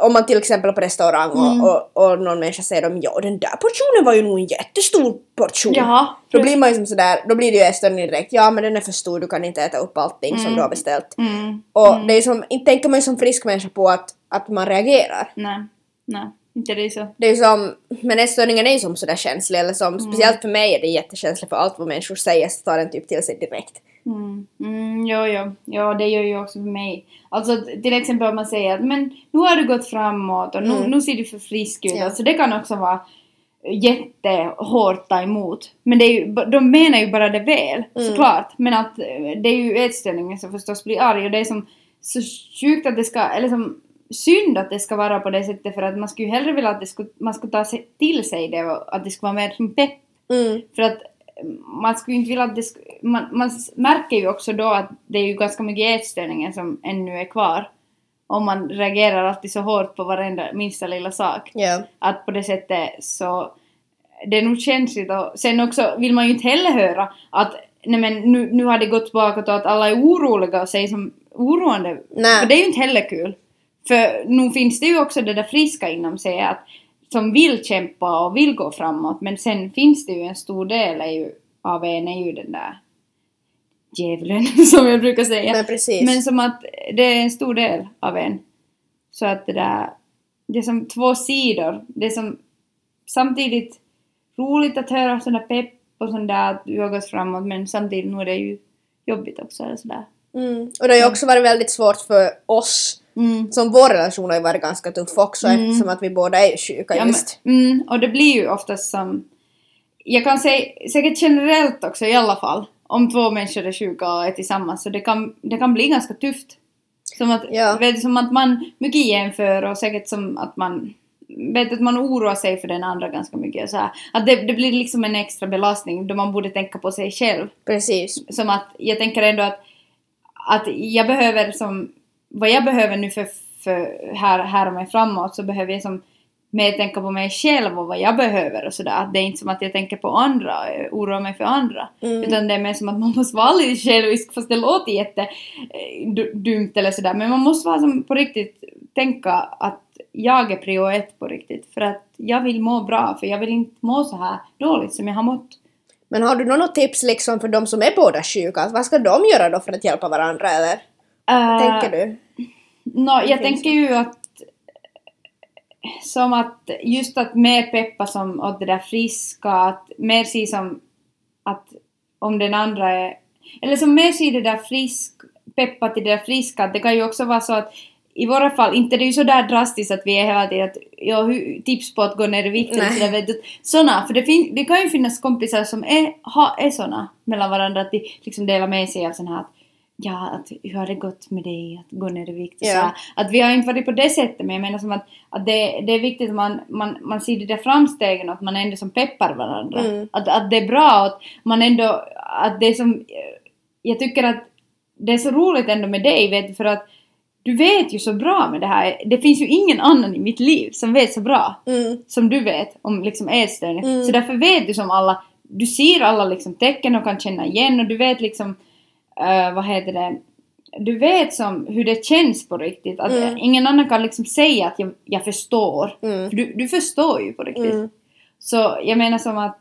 Speaker 1: om man till exempel på restaurang och,
Speaker 2: Mm.
Speaker 1: och, och någon människa säger dem ja den där portionen var ju nog en jättestor portion.
Speaker 2: Jaha.
Speaker 1: Då blir man ju som sådär, då blir det ju en stund direkt, ja men den är för stor, du kan inte äta upp allting som
Speaker 2: Mm.
Speaker 1: du har beställt.
Speaker 2: Mm.
Speaker 1: Och
Speaker 2: Mm.
Speaker 1: det är som, inte tänker man ju som frisk människa på att, att man reagerar.
Speaker 2: Nej. Nej. Inte det är så.
Speaker 1: Det är ju som, men ätstörningen är ju som sådär känslig, eller som,
Speaker 2: Mm.
Speaker 1: speciellt för mig är det jättekänsligt för allt vad människor säger så tar den typ till sig direkt.
Speaker 2: Mm, mm, jo, jo. Ja, det gör ju också för mig. Alltså t- till exempel om man säger att men nu har du gått framåt och nu,
Speaker 1: Mm.
Speaker 2: nu ser du för frisk ut.
Speaker 1: Ja.
Speaker 2: Alltså det kan också vara jättehårt ta emot. Men det är ju, b- de menar ju bara det väl,
Speaker 1: Mm.
Speaker 2: såklart. Men att eh, det är ju ätstörningen som förstås blir arg och det är som så sjukt att det ska, eller som synd att det ska vara på det sättet för att man skulle ju hellre vilja att det skulle, man skulle ta sig till sig det och att det skulle vara mer som pepp
Speaker 1: Mm.
Speaker 2: för att man skulle ju inte vilja att det sk- man, man s- märker ju också då att det är ju ganska mycket ätstörningar som ännu är kvar. Om man reagerar alltid så hårt på varenda minsta lilla sak.
Speaker 1: Ja.
Speaker 2: Att på det sättet så... Det är nog känsligt och sen också vill man ju inte heller höra att nej men nu, nu har det gått bakåt och att alla är oroliga och säger som oroande.
Speaker 1: Nej.
Speaker 2: För det är ju inte heller kul. För nu finns det ju också det där friska inom sig att som vill kämpa och vill gå framåt men sen finns det ju en stor del är ju, av en är ju den där djävulen som jag brukar säga.
Speaker 1: Men precis.
Speaker 2: Men som att det är en stor del av en. Så att det där, det är som två sidor. Det är som samtidigt roligt att höra sån där pepp och sån där att du har gått framåt men samtidigt nu är det ju jobbigt också eller sådär.
Speaker 1: Mm. Och det har ju också varit väldigt svårt för oss,
Speaker 2: Mm.
Speaker 1: som vår relation har ju varit ganska tuff också
Speaker 2: Mm.
Speaker 1: eftersom att vi båda är sjuka
Speaker 2: Ja, men-
Speaker 1: just.
Speaker 2: mm, och det blir ju oftast som... Jag kan säga, säkert generellt också i alla fall, om två människor är sjuka och är tillsammans så det kan, det kan bli ganska tufft. Som att,
Speaker 1: Ja.
Speaker 2: vet, du, som att man mycket jämför och säkert som att man vet att man oroar sig för den andra ganska mycket och så här. Att det, det blir liksom en extra belastning då man borde tänka på sig själv
Speaker 1: Precis.
Speaker 2: som att jag tänker ändå att, att jag behöver som, vad jag behöver nu för, för här, här och mig framåt så behöver jag som mer tänka på mig själv och vad jag behöver och sådär. Att det är inte som att jag tänker på andra och eh, oroar mig för andra.
Speaker 1: Mm.
Speaker 2: Utan det är mer som att man måste vara lite självisk fast det låter jätte eh, du- dumt eller sådär. Men man måste vara som på riktigt tänka att jag är prio ett på riktigt. För att jag vill må bra för jag vill inte må så här dåligt som jag har mått.
Speaker 1: Men har du något tips liksom för de som är båda sjuka? Att Vad ska de göra då för att hjälpa varandra eller?
Speaker 2: Eh,
Speaker 1: Tänker du?
Speaker 2: Nå, jag
Speaker 1: finns
Speaker 2: tänker ju att som att just att mer peppa som åt det där friska, att mer se som att om den andra är eller som mer se det där frisk peppa till det där friska, det kan ju också vara så att i våra fall, inte det är ju så där drastiskt att vi är hela tiden att ja, hu- tips på att gå ner i vikt eller
Speaker 1: Nej.
Speaker 2: sådär, vet du. Såna, för det, fin- det kan ju finnas kompisar som är, ha, är såna mellan varandra att de liksom delar med sig av sån här att ja, att hur har det gått med dig att gå ner i vikt och
Speaker 1: Ja.
Speaker 2: så här. Att vi har inte varit på det sättet men jag menar som att, att det, det är viktigt att man, man, man ser de där framstegen och att man ändå som peppar varandra.
Speaker 1: Mm.
Speaker 2: Att, att det är bra och att man ändå, att det är som, jag tycker att det är så roligt ändå med dig vet du för att du vet ju så bra med det här. Det finns ju ingen annan i mitt liv som vet så bra
Speaker 1: Mm.
Speaker 2: som du vet om liksom ätstörning.
Speaker 1: Mm.
Speaker 2: Så därför vet du som alla, du ser alla liksom tecken och kan känna igen och du vet liksom, eh, vad heter det, du vet som hur det känns på riktigt. Att
Speaker 1: Mm.
Speaker 2: ingen annan kan liksom säga att jag, jag förstår.
Speaker 1: Mm.
Speaker 2: För du, du förstår ju på riktigt.
Speaker 1: Mm.
Speaker 2: Så jag menar som att,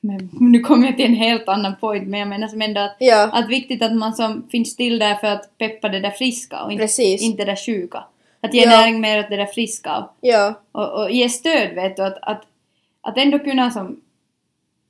Speaker 2: men, nu kommer jag till en helt annan point, men jag menar som ändå att,
Speaker 1: Ja,
Speaker 2: att viktigt att man som finns till där för att peppa det där friska och inte,
Speaker 1: precis.
Speaker 2: inte det där sjuka. Att ge
Speaker 1: Ja.
Speaker 2: näring mer åt det där friska. Och,
Speaker 1: Ja.
Speaker 2: och, och ge stöd vet du att, att, att ändå kunna som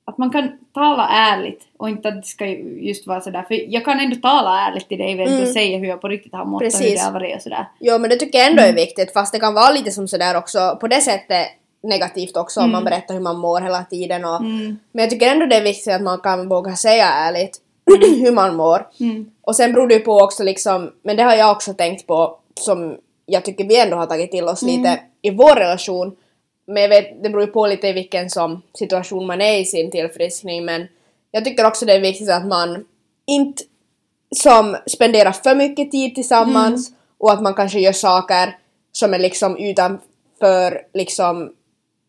Speaker 2: att man kan tala ärligt och inte att det ska ju just vara sådär för jag kan ändå tala ärligt till dig vet du
Speaker 1: Mm.
Speaker 2: och säga hur jag på riktigt har mått och hur
Speaker 1: Precis.
Speaker 2: det har varit och sådär.
Speaker 1: Jo men det tycker jag ändå
Speaker 2: Mm.
Speaker 1: är viktigt fast det kan vara lite som sådär också på det sättet negativt också om man berättar hur man mår hela tiden och
Speaker 2: Mm.
Speaker 1: men jag tycker ändå det är viktigt att man kan våga säga ärligt hur man mår
Speaker 2: Mm.
Speaker 1: och sen beror det ju på också liksom men det har jag också tänkt på som jag tycker vi ändå har tagit till oss
Speaker 2: Mm.
Speaker 1: lite i vår relation men jag vet, det beror ju på lite i vilken som situation man är i sin tillfriskning men jag tycker också det är viktigt att man inte som spenderar för mycket tid tillsammans
Speaker 2: Mm.
Speaker 1: och att man kanske gör saker som är liksom utanför liksom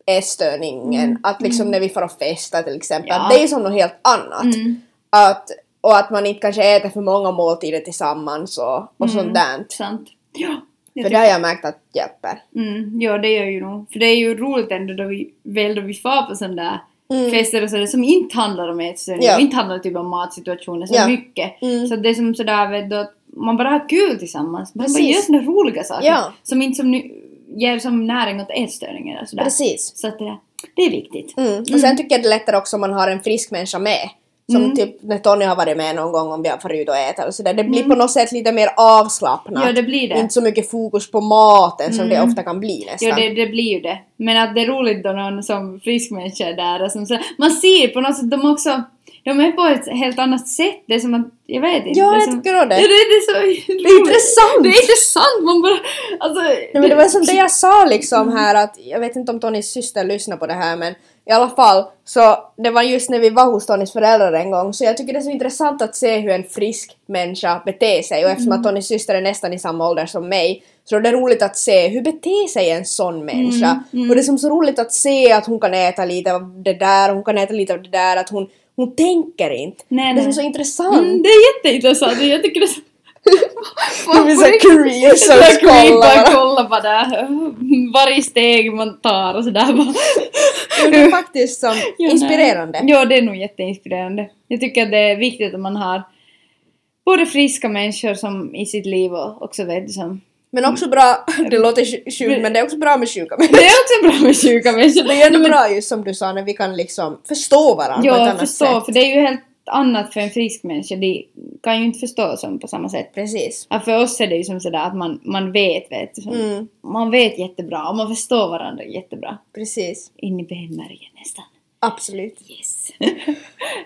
Speaker 1: ätstörningen. Att liksom när vi får och festa till exempel,
Speaker 2: Mm. Ja.
Speaker 1: att det är som något helt annat.
Speaker 2: Mm.
Speaker 1: Att, och att man inte kanske äter för många måltider tillsammans och, och
Speaker 2: Mm.
Speaker 1: sånt där.
Speaker 2: Sant. Ja. jag
Speaker 1: För det har jag märkt att hjälper.
Speaker 2: Mm, ja det gör ju nog. För det är ju roligt ändå då vi väl då vi far på sådana där
Speaker 1: Mm.
Speaker 2: fester och sådär som inte handlar om ätstörning
Speaker 1: Ja.
Speaker 2: och inte handlar typ om matsituationer så
Speaker 1: Ja.
Speaker 2: mycket.
Speaker 1: Mm.
Speaker 2: Så det är som sådär vet du att man bara har kul tillsammans. Man bara
Speaker 1: Precis.
Speaker 2: gör sådana roliga saker.
Speaker 1: Ja.
Speaker 2: Som inte som nu, ger som näring åt ätstörningar och sådär.
Speaker 1: Precis.
Speaker 2: Så att det, det är viktigt.
Speaker 1: Mm. Och sen tycker jag det är lättare också om man har en frisk människa med. Som
Speaker 2: Mm.
Speaker 1: typ när Tony har varit med någon gång om vi har varit ute och ätit och sådär. Det blir på något sätt lite mer avslappnat.
Speaker 2: Mm. Ja, det blir det.
Speaker 1: Mm.
Speaker 2: Mm.
Speaker 1: Inte så mycket fokus på maten som det ofta kan bli nästan.
Speaker 2: Ja, det, det blir ju det. Men att det är roligt då någon som frisk människa är där och som så, Man ser på något sätt, de också... De är på ett helt annat sätt. Det är som att... Jag vet inte.
Speaker 1: Ja,
Speaker 2: det är
Speaker 1: jag
Speaker 2: som,
Speaker 1: tycker om det.
Speaker 2: Ja, det, det är så
Speaker 1: Det är intressant!
Speaker 2: Det är intressant! Man bara... Alltså...
Speaker 1: Nej, men det var som det jag sa
Speaker 2: Mm.
Speaker 1: liksom här att, jag vet inte om Tonys syster lyssnar på det här men i alla fall så det var just när vi var hos Tonys föräldrar en gång så jag tycker det är så intressant att se hur en frisk människa beter sig och
Speaker 2: Mm.
Speaker 1: eftersom att Tonys syster är nästan i samma ålder som mig så är det roligt att se hur beter sig en sån människa
Speaker 2: Mm,
Speaker 1: och det är som så roligt att se att hon kan äta lite av det där och hon kan äta lite av det där att hon, hon tänker inte.
Speaker 2: Nej,
Speaker 1: det är som
Speaker 2: nej.
Speaker 1: så intressant.
Speaker 2: Mm, det är jätteintressant. Jag tycker det är så...
Speaker 1: Det blir såhär career
Speaker 2: Så jag
Speaker 1: search-kollar.
Speaker 2: bara kolla på det här. Varje steg man tar och sådär bara.
Speaker 1: Men det är faktiskt som
Speaker 2: Jo,
Speaker 1: inspirerande.
Speaker 2: Mm. Nej. Ja, det är nog jätteinspirerande. Jag tycker att det är viktigt att man har både friska människor som i sitt liv och också vet du, som
Speaker 1: Men också bra, det låter sj- sjukt men det är också bra med sjuka människor.
Speaker 2: Det är också bra med sjuka människor.
Speaker 1: Det är ändå bra just som du sa när vi kan liksom förstå varandra på ett
Speaker 2: Ja,
Speaker 1: annat
Speaker 2: förstå,
Speaker 1: sätt.
Speaker 2: för det är ju helt annat för en frisk människa. De kan ju inte förstå som på samma sätt.
Speaker 1: Precis.
Speaker 2: Ja, för oss är det ju som sådär att man, man vet, vet du. som-
Speaker 1: Mm,
Speaker 2: Man vet jättebra och man förstår varandra jättebra.
Speaker 1: precis.
Speaker 2: In i benmärgen nästan.
Speaker 1: Absolut.
Speaker 2: Yes.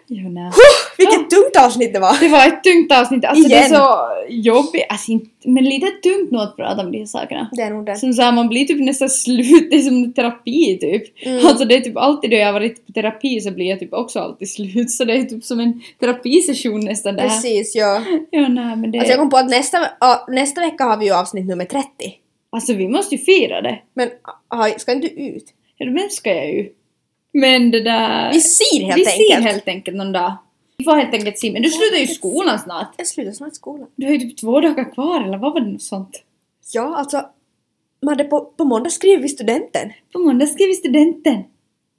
Speaker 2: jo, nej.
Speaker 1: Vilket tungt avsnitt det var!
Speaker 2: Det var ett tungt avsnitt. Alltså det är
Speaker 1: Igen.
Speaker 2: så jobbigt. Alltså, inte- men lite tungt nog att prata om de här sakerna.
Speaker 1: Det är nog det.
Speaker 2: Som såhär, man blir typ nästan slut, det är som terapi typ.
Speaker 1: Mm.
Speaker 2: Alltså det är typ alltid då jag har varit på terapi så blir jag typ också alltid slut. Så det är typ som en terapisession nästan det Eh. här.
Speaker 1: Precis, ja.
Speaker 2: Ja, nej, men det...
Speaker 1: Alltså jag kom på att nästa, ja, nästa vecka har vi ju avsnitt nummer 30.
Speaker 2: alltså vi måste ju fira det.
Speaker 1: Men aha, ska inte du ut?
Speaker 2: Ja, det önskar jag ju. Men det där...
Speaker 1: Vi ser helt
Speaker 2: Eh, vi
Speaker 1: enkelt!
Speaker 2: ser helt enkelt någon dag. Vi får helt enkelt se. Men du slutar ju skolan snart.
Speaker 1: Jag slutar snart skolan.
Speaker 2: Du har ju typ två dagar kvar eller vad var det något sånt?
Speaker 1: Ja, alltså. Madde, på, på måndag skriver vi studenten.
Speaker 2: På måndag skriver studenten.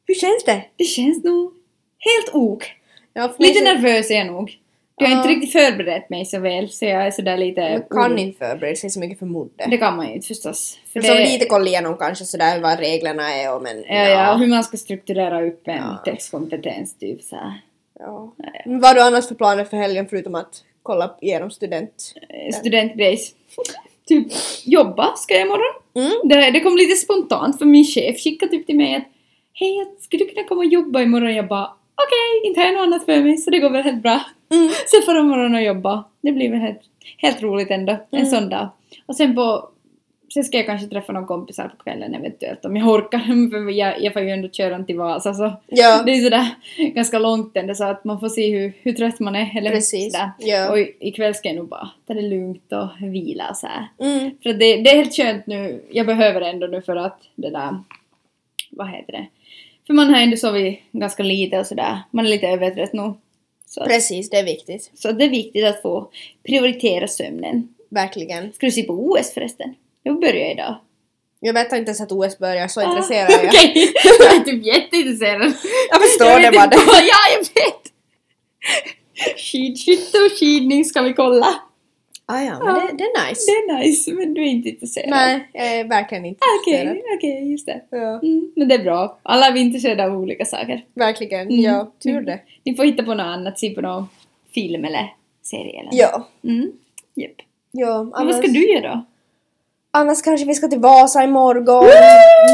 Speaker 1: Hur känns det?
Speaker 2: Det känns nog helt ok.
Speaker 1: Ja, för
Speaker 2: Lite
Speaker 1: mig
Speaker 2: nervös är jag nog. Jag har
Speaker 1: Ja.
Speaker 2: inte riktigt förberett mig så väl så jag är sådär
Speaker 1: känns-
Speaker 2: lite...
Speaker 1: Man kan
Speaker 2: orolig.
Speaker 1: inte förbereda sig så mycket för mode.
Speaker 2: Det kan man ju inte förstås. För
Speaker 1: Men så
Speaker 2: det-
Speaker 1: lite koll igenom kanske sådär vad reglerna är och men...
Speaker 2: Ja, ja, hur man ska strukturera upp en
Speaker 1: Ja.
Speaker 2: textkompetens typ såhär.
Speaker 1: ja.
Speaker 2: Eh.
Speaker 1: Men vad har du annars för planer för helgen förutom att kolla igenom student?
Speaker 2: Eh, Studentgrejs. typ jobba ska jag imorgon.
Speaker 1: Mm.
Speaker 2: Det, det kom lite spontant för min chef skickade typ till mig att Hej, skulle du kunna komma och jobba imorgon? Jag bara okej, inte har jag något annat för mig så det går väl helt bra.
Speaker 1: Mm.
Speaker 2: Sen får de morgonen och jobba. Det blir väl helt, helt roligt ändå. En
Speaker 1: Mm.
Speaker 2: sån dag. Och sen på Sen ska jag kanske träffa någon kompisar på kvällen eventuellt om jag orkar. För jag, jag får ju ändå köra till Vasa så
Speaker 1: Ja,
Speaker 2: det är sådär ganska långt ändå så att man får se hur, hur trött man är. Eller
Speaker 1: precis.
Speaker 2: Sådär.
Speaker 1: Ja.
Speaker 2: Och i- ikväll ska jag nog bara ta det lugnt och vila och så här.
Speaker 1: Mm.
Speaker 2: För att det, det är helt skönt nu, jag behöver det ändå nu för att det där, vad heter det? För man har ändå sovit ganska lite och sådär, man är lite övertrött nu. Så, att-
Speaker 1: Precis, det är viktigt.
Speaker 2: så det är viktigt att få prioritera sömnen.
Speaker 1: Verkligen.
Speaker 2: Ska du se på OS förresten? Jag börjar idag.
Speaker 1: Jag vet inte ens att OS börjar, så intresserad är jag.
Speaker 2: Ah. Okej, jag är typ jätteintresserad.
Speaker 1: Jag förstår
Speaker 2: Jag vet
Speaker 1: det bara.
Speaker 2: inte vad- Ja, jag vet! Skidskytte och skidning ska vi kolla.
Speaker 1: Ah, ja, men det, det är
Speaker 2: Det
Speaker 1: nice.
Speaker 2: är nice, men du är inte intresserad.
Speaker 1: Nej, jag är verkligen inte
Speaker 2: Okej,
Speaker 1: intresserad.
Speaker 2: okej, just det.
Speaker 1: Ja,
Speaker 2: Mm, men det är bra. Alla är vi intresserade av olika saker.
Speaker 1: verkligen.
Speaker 2: Mm.
Speaker 1: Ja, tur det.
Speaker 2: Ni får hitta på något annat, se på någon film eller serie eller
Speaker 1: Ja.
Speaker 2: Mm. Japp.
Speaker 1: ja
Speaker 2: Men vad ska du göra då?
Speaker 1: annars kanske vi ska till Vasa imorgon.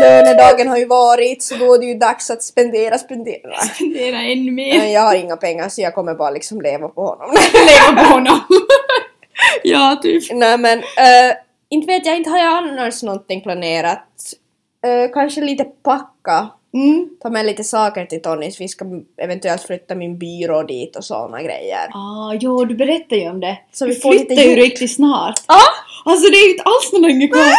Speaker 1: Lönedagen har ju varit så då är det ju dags att spendera, spendera.
Speaker 2: Fundera ännu mer.
Speaker 1: Nej, Jag har inga pengar så jag kommer bara liksom leva på honom.
Speaker 2: Leva på honom. ja, typ.
Speaker 1: Nej men, eh, inte vet jag, inte har jag annars någonting planerat. Eh, kanske lite packa.
Speaker 2: Mm.
Speaker 1: Ta med lite saker till Tonys. Vi ska eventuellt flytta min byrå dit och såna grejer.
Speaker 2: Ah, ja, du berättar ju om det.
Speaker 1: Så
Speaker 2: Du
Speaker 1: vi får lite
Speaker 2: flyttar ju
Speaker 1: gjort.
Speaker 2: riktigt snart.
Speaker 1: Ja!
Speaker 2: Alltså det är ju inte alls någon länge kvar.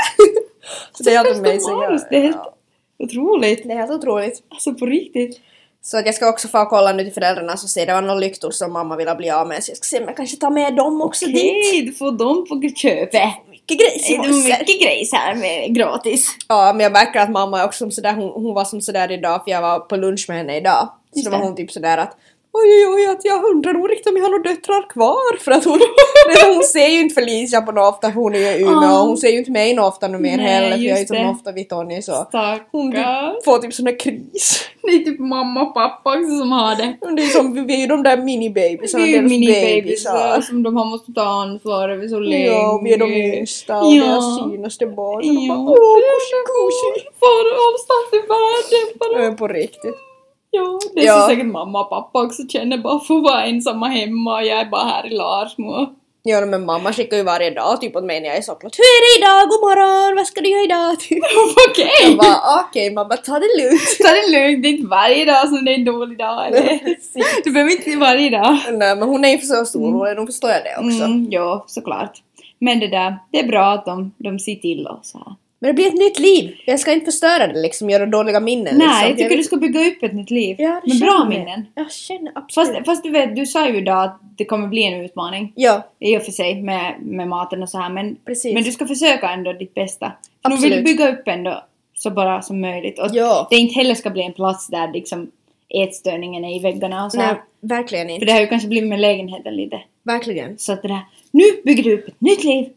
Speaker 1: Så det är helt
Speaker 2: Första
Speaker 1: amazing.
Speaker 2: mars,
Speaker 1: Ja,
Speaker 2: det är helt
Speaker 1: ja.
Speaker 2: otroligt.
Speaker 1: Det är helt otroligt.
Speaker 2: Alltså på riktigt.
Speaker 1: Så att jag ska också få kolla nu till föräldrarna så se, det var några lyktor som mamma ville bli av med så jag ska se om jag kanske tar med dem också dit.
Speaker 2: Okej, du får dem på köpet.
Speaker 1: Mycket grejs i
Speaker 2: Det är
Speaker 1: morse.
Speaker 2: mycket grejs här med gratis.
Speaker 1: Ja men jag märker att mamma är också som sådär, hon, hon var som sådär idag för jag var på lunch med henne idag. Så
Speaker 2: Just
Speaker 1: då var
Speaker 2: det.
Speaker 1: hon typ sådär att oj oj oj att jag undrar nog riktigt om jag har några döttrar kvar för att hon, redan hon ser ju inte Felicia på något ofta för hon är ju i Umeå
Speaker 2: Ah.
Speaker 1: och hon ser ju inte mig något ofta nu mer
Speaker 2: Nej,
Speaker 1: heller för jag är ju
Speaker 2: just
Speaker 1: som
Speaker 2: det.
Speaker 1: ofta vid Tony så hon typ,
Speaker 2: Stackars.
Speaker 1: får typ sån här kris.
Speaker 2: Det är typ mamma och pappa också som har det.
Speaker 1: Men Det är som, vi vi är ju de där minibabysarna,
Speaker 2: Vi är ju
Speaker 1: deras
Speaker 2: minibebisar
Speaker 1: bebisar.
Speaker 2: som de har måste ta ansvar över så länge.
Speaker 1: Ja, och vi är de yngsta och
Speaker 2: Ja.
Speaker 1: deras finaste barn. Och de
Speaker 2: Ja.
Speaker 1: bara åh gosig gosig.
Speaker 2: Far avstånd till världen
Speaker 1: Ja, På riktigt.
Speaker 2: Ja, det är
Speaker 1: Ja.
Speaker 2: så säkert mamma och pappa också känner bara för att vara ensamma hemma och jag är bara här i Larsmo.
Speaker 1: Ja men mamma skickar ju varje dag typ åt mig när jag är socklad. Hur är det idag? God morgon! Vad ska du göra idag? Typ.
Speaker 2: Okej!
Speaker 1: Jag bara okej mamma ta det lugnt.
Speaker 2: Ta det lugnt, det är inte varje dag som det är en dålig dag eller? Du behöver inte varje dag.
Speaker 1: Nej men hon är ju för så stor och då förstår jag det också.
Speaker 2: Mm, ja, såklart. Men det där, det är bra att de, de ser till och så här.
Speaker 1: Men det blir ett nytt liv. Jag ska inte förstöra det liksom, göra dåliga minnen
Speaker 2: Nej, jag
Speaker 1: liksom.
Speaker 2: tycker du ska bygga upp ett nytt liv.
Speaker 1: Ja, det
Speaker 2: med bra
Speaker 1: känner jag.
Speaker 2: minnen.
Speaker 1: Jag känner absolut.
Speaker 2: Fast, fast du vet, du sa ju idag att det kommer bli en utmaning.
Speaker 1: Ja,
Speaker 2: I och för sig med, med maten och så här men,
Speaker 1: precis.
Speaker 2: men du ska försöka ändå ditt bästa. Nu
Speaker 1: Absolut.
Speaker 2: vill du bygga upp ändå så bra som möjligt. Och
Speaker 1: Ja.
Speaker 2: det inte heller ska bli en plats där liksom ätstörningen är i väggarna och så här.
Speaker 1: Nej, verkligen
Speaker 2: Alltså- För
Speaker 1: inte.
Speaker 2: det har ju kanske blivit med lägenheten lite.
Speaker 1: Verkligen.
Speaker 2: Så att det där, nu bygger du upp ett nytt liv!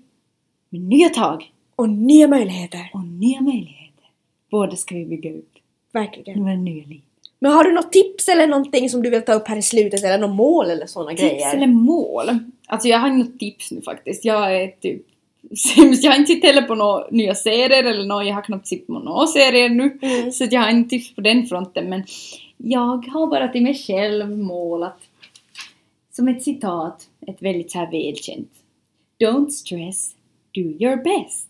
Speaker 2: Med nya tag!
Speaker 1: Och nya möjligheter!
Speaker 2: Och nya möjligheter. Båda ska vi bygga upp.
Speaker 1: Verkligen.
Speaker 2: Nu är det nya liv.
Speaker 1: Men har du något tips eller någonting som du vill ta upp här i slutet eller något mål eller sådana grejer?
Speaker 2: Tips eller mål? Alltså jag har inget tips nu faktiskt. Jag är typ sämst. Jag har inte sett heller på några nya serier eller något. Jag har knappt sett på några serier nu.
Speaker 1: Mm.
Speaker 2: Så att jag har inte tips på den fronten. Men jag har bara till mig själv målat som ett citat, ett väldigt så här välkänt. Don't stress, do your best.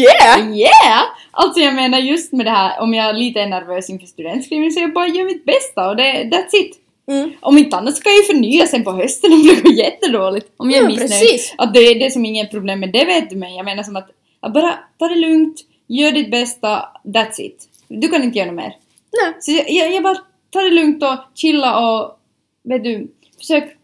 Speaker 1: Yeah!
Speaker 2: Yeah! Alltså jag menar just med det här, om jag är lite nervös inför studentskrivningen så jag bara gör mitt bästa och det, that's it.
Speaker 1: Mm.
Speaker 2: Om inte annat ska jag ju förnya sen på hösten om det går jättedåligt. Om jag är
Speaker 1: Ja,
Speaker 2: missnöjd.
Speaker 1: precis.
Speaker 2: Att det är det som inget problem med det vet du men jag menar som att, att bara ta det lugnt, gör ditt bästa, that's it. Du kan inte göra något mer.
Speaker 1: Nej.
Speaker 2: Så jag, jag, jag bara tar det lugnt och chilla och vet du, försök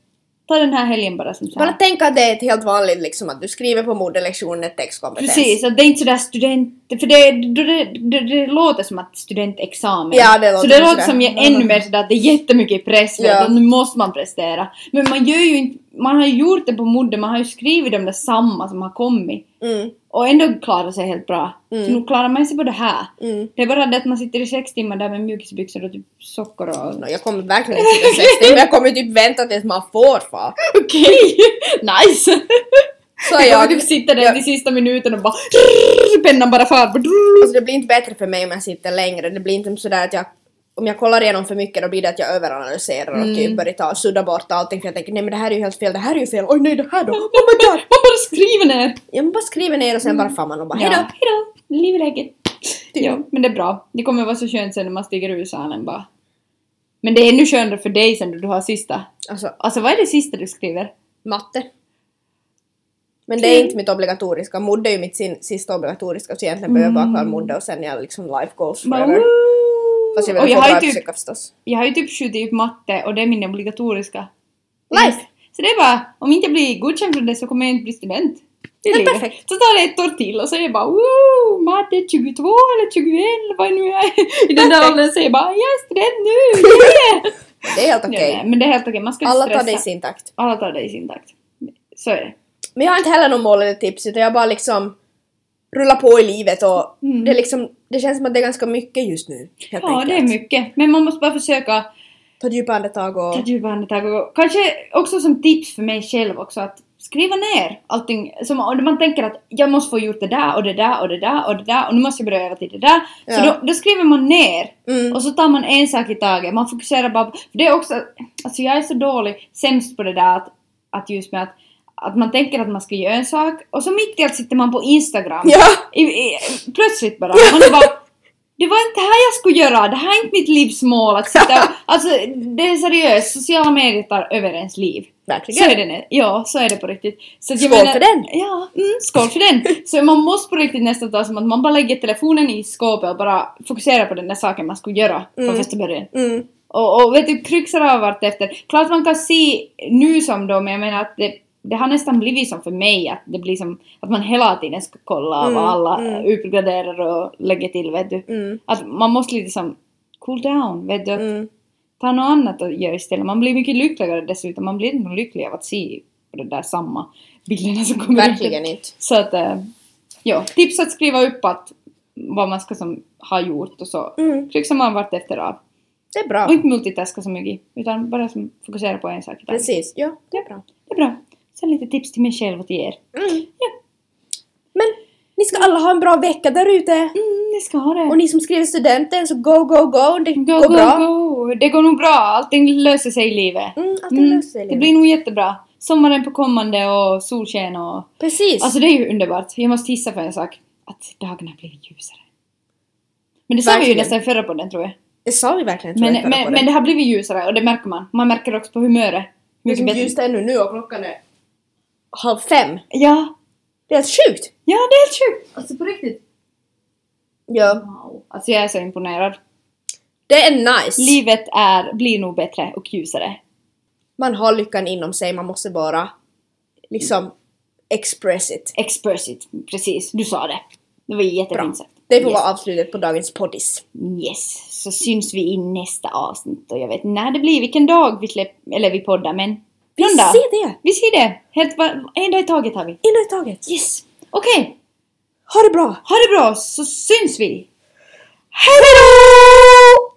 Speaker 2: ta den här helgen bara som så här.
Speaker 1: Bara tänk att det är ett helt vanligt liksom att du skriver på moderlektionen ett textkompetens.
Speaker 2: Precis, att det är inte sådär student... För det, det, det, det låter som att studentexamen.
Speaker 1: Ja, det låter
Speaker 2: så det
Speaker 1: som
Speaker 2: låter
Speaker 1: sådär.
Speaker 2: som
Speaker 1: Mm,
Speaker 2: jag, ännu
Speaker 1: mm.
Speaker 2: mer sådär att det är jättemycket press vet
Speaker 1: Ja.
Speaker 2: du, och nu måste man prestera. Men man gör ju inte... Man har ju gjort det på modden, man har ju skrivit de där samma som har kommit.
Speaker 1: Mm,
Speaker 2: Och ändå klarar sig helt bra.
Speaker 1: Mm.
Speaker 2: Så nu klarar man sig på det här.
Speaker 1: mm.
Speaker 2: Det är bara det att man sitter i sex timmar där med mjukisbyxor och typ sockor och...
Speaker 1: Nå, jag kommer verkligen inte till 60 men jag kommer typ vänta tills man får far.
Speaker 2: Okej! nice!
Speaker 1: Så
Speaker 2: Jag kommer
Speaker 1: jag...
Speaker 2: typ sitta där
Speaker 1: jag-
Speaker 2: i sista minuten och bara... Pennan bara far.
Speaker 1: Alltså det blir inte bättre för mig om jag sitter längre. Det blir inte sådär att jag... Om jag kollar igenom för mycket då blir det att jag överanalyserar och
Speaker 2: Mm.
Speaker 1: typ börjar ta, sudda bort allting för jag tänker nej men det här är ju helt fel, det här är ju fel, oj nej det här då, oh my god!
Speaker 2: Man bara skriver ner!
Speaker 1: Jag bara skriver ner och sen
Speaker 2: Mm.
Speaker 1: bara far man och bara
Speaker 2: Hejdå,
Speaker 1: ja.
Speaker 2: hejdå! Liv är läget. Ja, men det är bra. Det kommer vara så skönt sen när man stiger ur salen bara. Men det är ännu skönare för dig sen då du har sista.
Speaker 1: Alltså
Speaker 2: Alltså vad är det sista du skriver?
Speaker 1: matte. Men det är inte mitt obligatoriska, modde är ju mitt sin, sista obligatoriska så egentligen behöver jag bara klara modde och sen är jag liksom life goals
Speaker 2: Bara,
Speaker 1: forever.
Speaker 2: woo!
Speaker 1: Fast jag
Speaker 2: och
Speaker 1: vill
Speaker 2: jag
Speaker 1: få
Speaker 2: har,
Speaker 1: bra
Speaker 2: ju typ,
Speaker 1: försöka förstås.
Speaker 2: jag har ju typ skjutit upp matte och det är min obligatoriska.
Speaker 1: Life!
Speaker 2: Så det är bara, om inte jag blir godkänd för det så kommer jag inte bli student. Det är
Speaker 1: Helt
Speaker 2: livet.
Speaker 1: perfekt.
Speaker 2: Så tar det ett år till och så är jag bara woo, matte 22 eller 21 eller vad jag nu är. I den där
Speaker 1: Perfekt.
Speaker 2: åldern så är jag bara jag är student nu! Yeah!
Speaker 1: Det är helt okej.
Speaker 2: Nej, nej, men det är helt okej, man ska inte
Speaker 1: Alla
Speaker 2: stressa.
Speaker 1: tar det i sin takt.
Speaker 2: Alla tar det i sin takt. Så är det.
Speaker 1: Men jag har inte heller något mål eller tips utan jag bara liksom rullar på i livet och
Speaker 2: Mm.
Speaker 1: det, är liksom, det känns som att det är ganska mycket just nu. Helt
Speaker 2: Ja,
Speaker 1: enkelt.
Speaker 2: det är mycket. Men man måste bara försöka
Speaker 1: Ta djupa andetag och...
Speaker 2: ta djupa andetag och kanske också som tips för mig själv också att skriva ner allting. Som, om man tänker att jag måste få gjort det där och det där och det där och det där och nu måste jag börja öva till det där.
Speaker 1: Ja.
Speaker 2: Så då, då skriver man ner
Speaker 1: Mm.
Speaker 2: och så tar man en sak i taget. Man fokuserar bara på... För det är också... Alltså jag är så dålig, sämst på det där att, att just med att, att man tänker att man ska göra en sak och så mitt i allt sitter man på Instagram
Speaker 1: Ja!
Speaker 2: I, i, plötsligt bara. Man bara det var inte det här jag skulle göra, det här är inte mitt livsmål att sitta och, Alltså det är seriöst, sociala medier tar över ens liv. Så
Speaker 1: Verkligen.
Speaker 2: är det, ne- ja, så är det på riktigt. Så att
Speaker 1: Skål för den!
Speaker 2: Ja, mm, skål för den! Så man måste på riktigt nästan ta som att man bara lägger telefonen i skåpet och bara fokuserar på den där saken man skulle göra
Speaker 1: Mm.
Speaker 2: från första början.
Speaker 1: Mm.
Speaker 2: Och, och vet du, kryxar av vartefter. Klart man kan se nu som då, men jag menar att det, det har nästan blivit som för mig att det blir som att man hela tiden ska kolla
Speaker 1: Mm,
Speaker 2: vad alla
Speaker 1: mm.
Speaker 2: uppgraderar och lägger till, vet du.
Speaker 1: Mm.
Speaker 2: Att man måste lite som cool down, vet du. att
Speaker 1: Mm.
Speaker 2: Ta något annat och göra istället. Man blir mycket lyckligare dessutom. Man blir inte lycklig av att se på de där samma bilderna som kommer upp.
Speaker 1: Verkligen inte.
Speaker 2: Så att, eh, ja, tips att skriva upp att vad man ska som ha gjort och så
Speaker 1: Mm.
Speaker 2: kryxar man vartefter av.
Speaker 1: Det är bra.
Speaker 2: Och inte multitaska så mycket, utan bara som fokusera på en sak. i taget.
Speaker 1: Precis. Ja, det är bra.
Speaker 2: Det är bra. Sen lite tips till mig själv och till er.
Speaker 1: Mm.
Speaker 2: Ja.
Speaker 1: Men ni ska alla ha en bra vecka där ute.
Speaker 2: Mm, ni ska ha det.
Speaker 1: Och ni som skriver studenten, så go, go, go. Det
Speaker 2: Go,
Speaker 1: går
Speaker 2: go,
Speaker 1: bra.
Speaker 2: go! Det går nog bra, allting löser sig i livet.
Speaker 1: Mm, allting mm. löser sig i
Speaker 2: Det
Speaker 1: livet.
Speaker 2: blir nog jättebra. Sommaren på kommande och solsken och...
Speaker 1: Precis.
Speaker 2: Alltså det är ju underbart. Jag måste hissa för en sak. Att dagarna har blivit ljusare. Men det sa vi ju
Speaker 1: Verkligen.
Speaker 2: nästan i förra podden tror jag.
Speaker 1: det sa vi verkligen tror
Speaker 2: Men,
Speaker 1: jag, förra
Speaker 2: men,
Speaker 1: podden.
Speaker 2: men det har blivit ljusare och det märker man. Man märker också på humöret.
Speaker 1: Det är
Speaker 2: Mycket
Speaker 1: som
Speaker 2: bättre.
Speaker 1: ljust ännu nu och klockan är halv fem.
Speaker 2: Ja.
Speaker 1: Det är helt sjukt!
Speaker 2: Ja, det är helt sjukt! Alltså på riktigt.
Speaker 1: Ja.
Speaker 2: Wow. Alltså jag är så imponerad.
Speaker 1: Det är nice!
Speaker 2: Livet är, blir nog bättre och ljusare.
Speaker 1: man har lyckan inom sig, man måste bara liksom express it.
Speaker 2: Expersit, precis. Du sa det. Det var
Speaker 1: Bra.
Speaker 2: jättefint sagt.
Speaker 1: Det får
Speaker 2: yes.
Speaker 1: vara avslutet på dagens poddis.
Speaker 2: yes. Så syns vi i nästa avsnitt och jag vet när det blir, vilken dag vi släpper, eller vi poddar men...
Speaker 1: Vi
Speaker 2: någon dag.
Speaker 1: ser det!
Speaker 2: Vi ser det! Helt va- en dag i taget har vi.
Speaker 1: En dag i taget!
Speaker 2: Yes! Okej! Ha det bra!
Speaker 1: Ha det bra så syns vi!
Speaker 2: Hej då!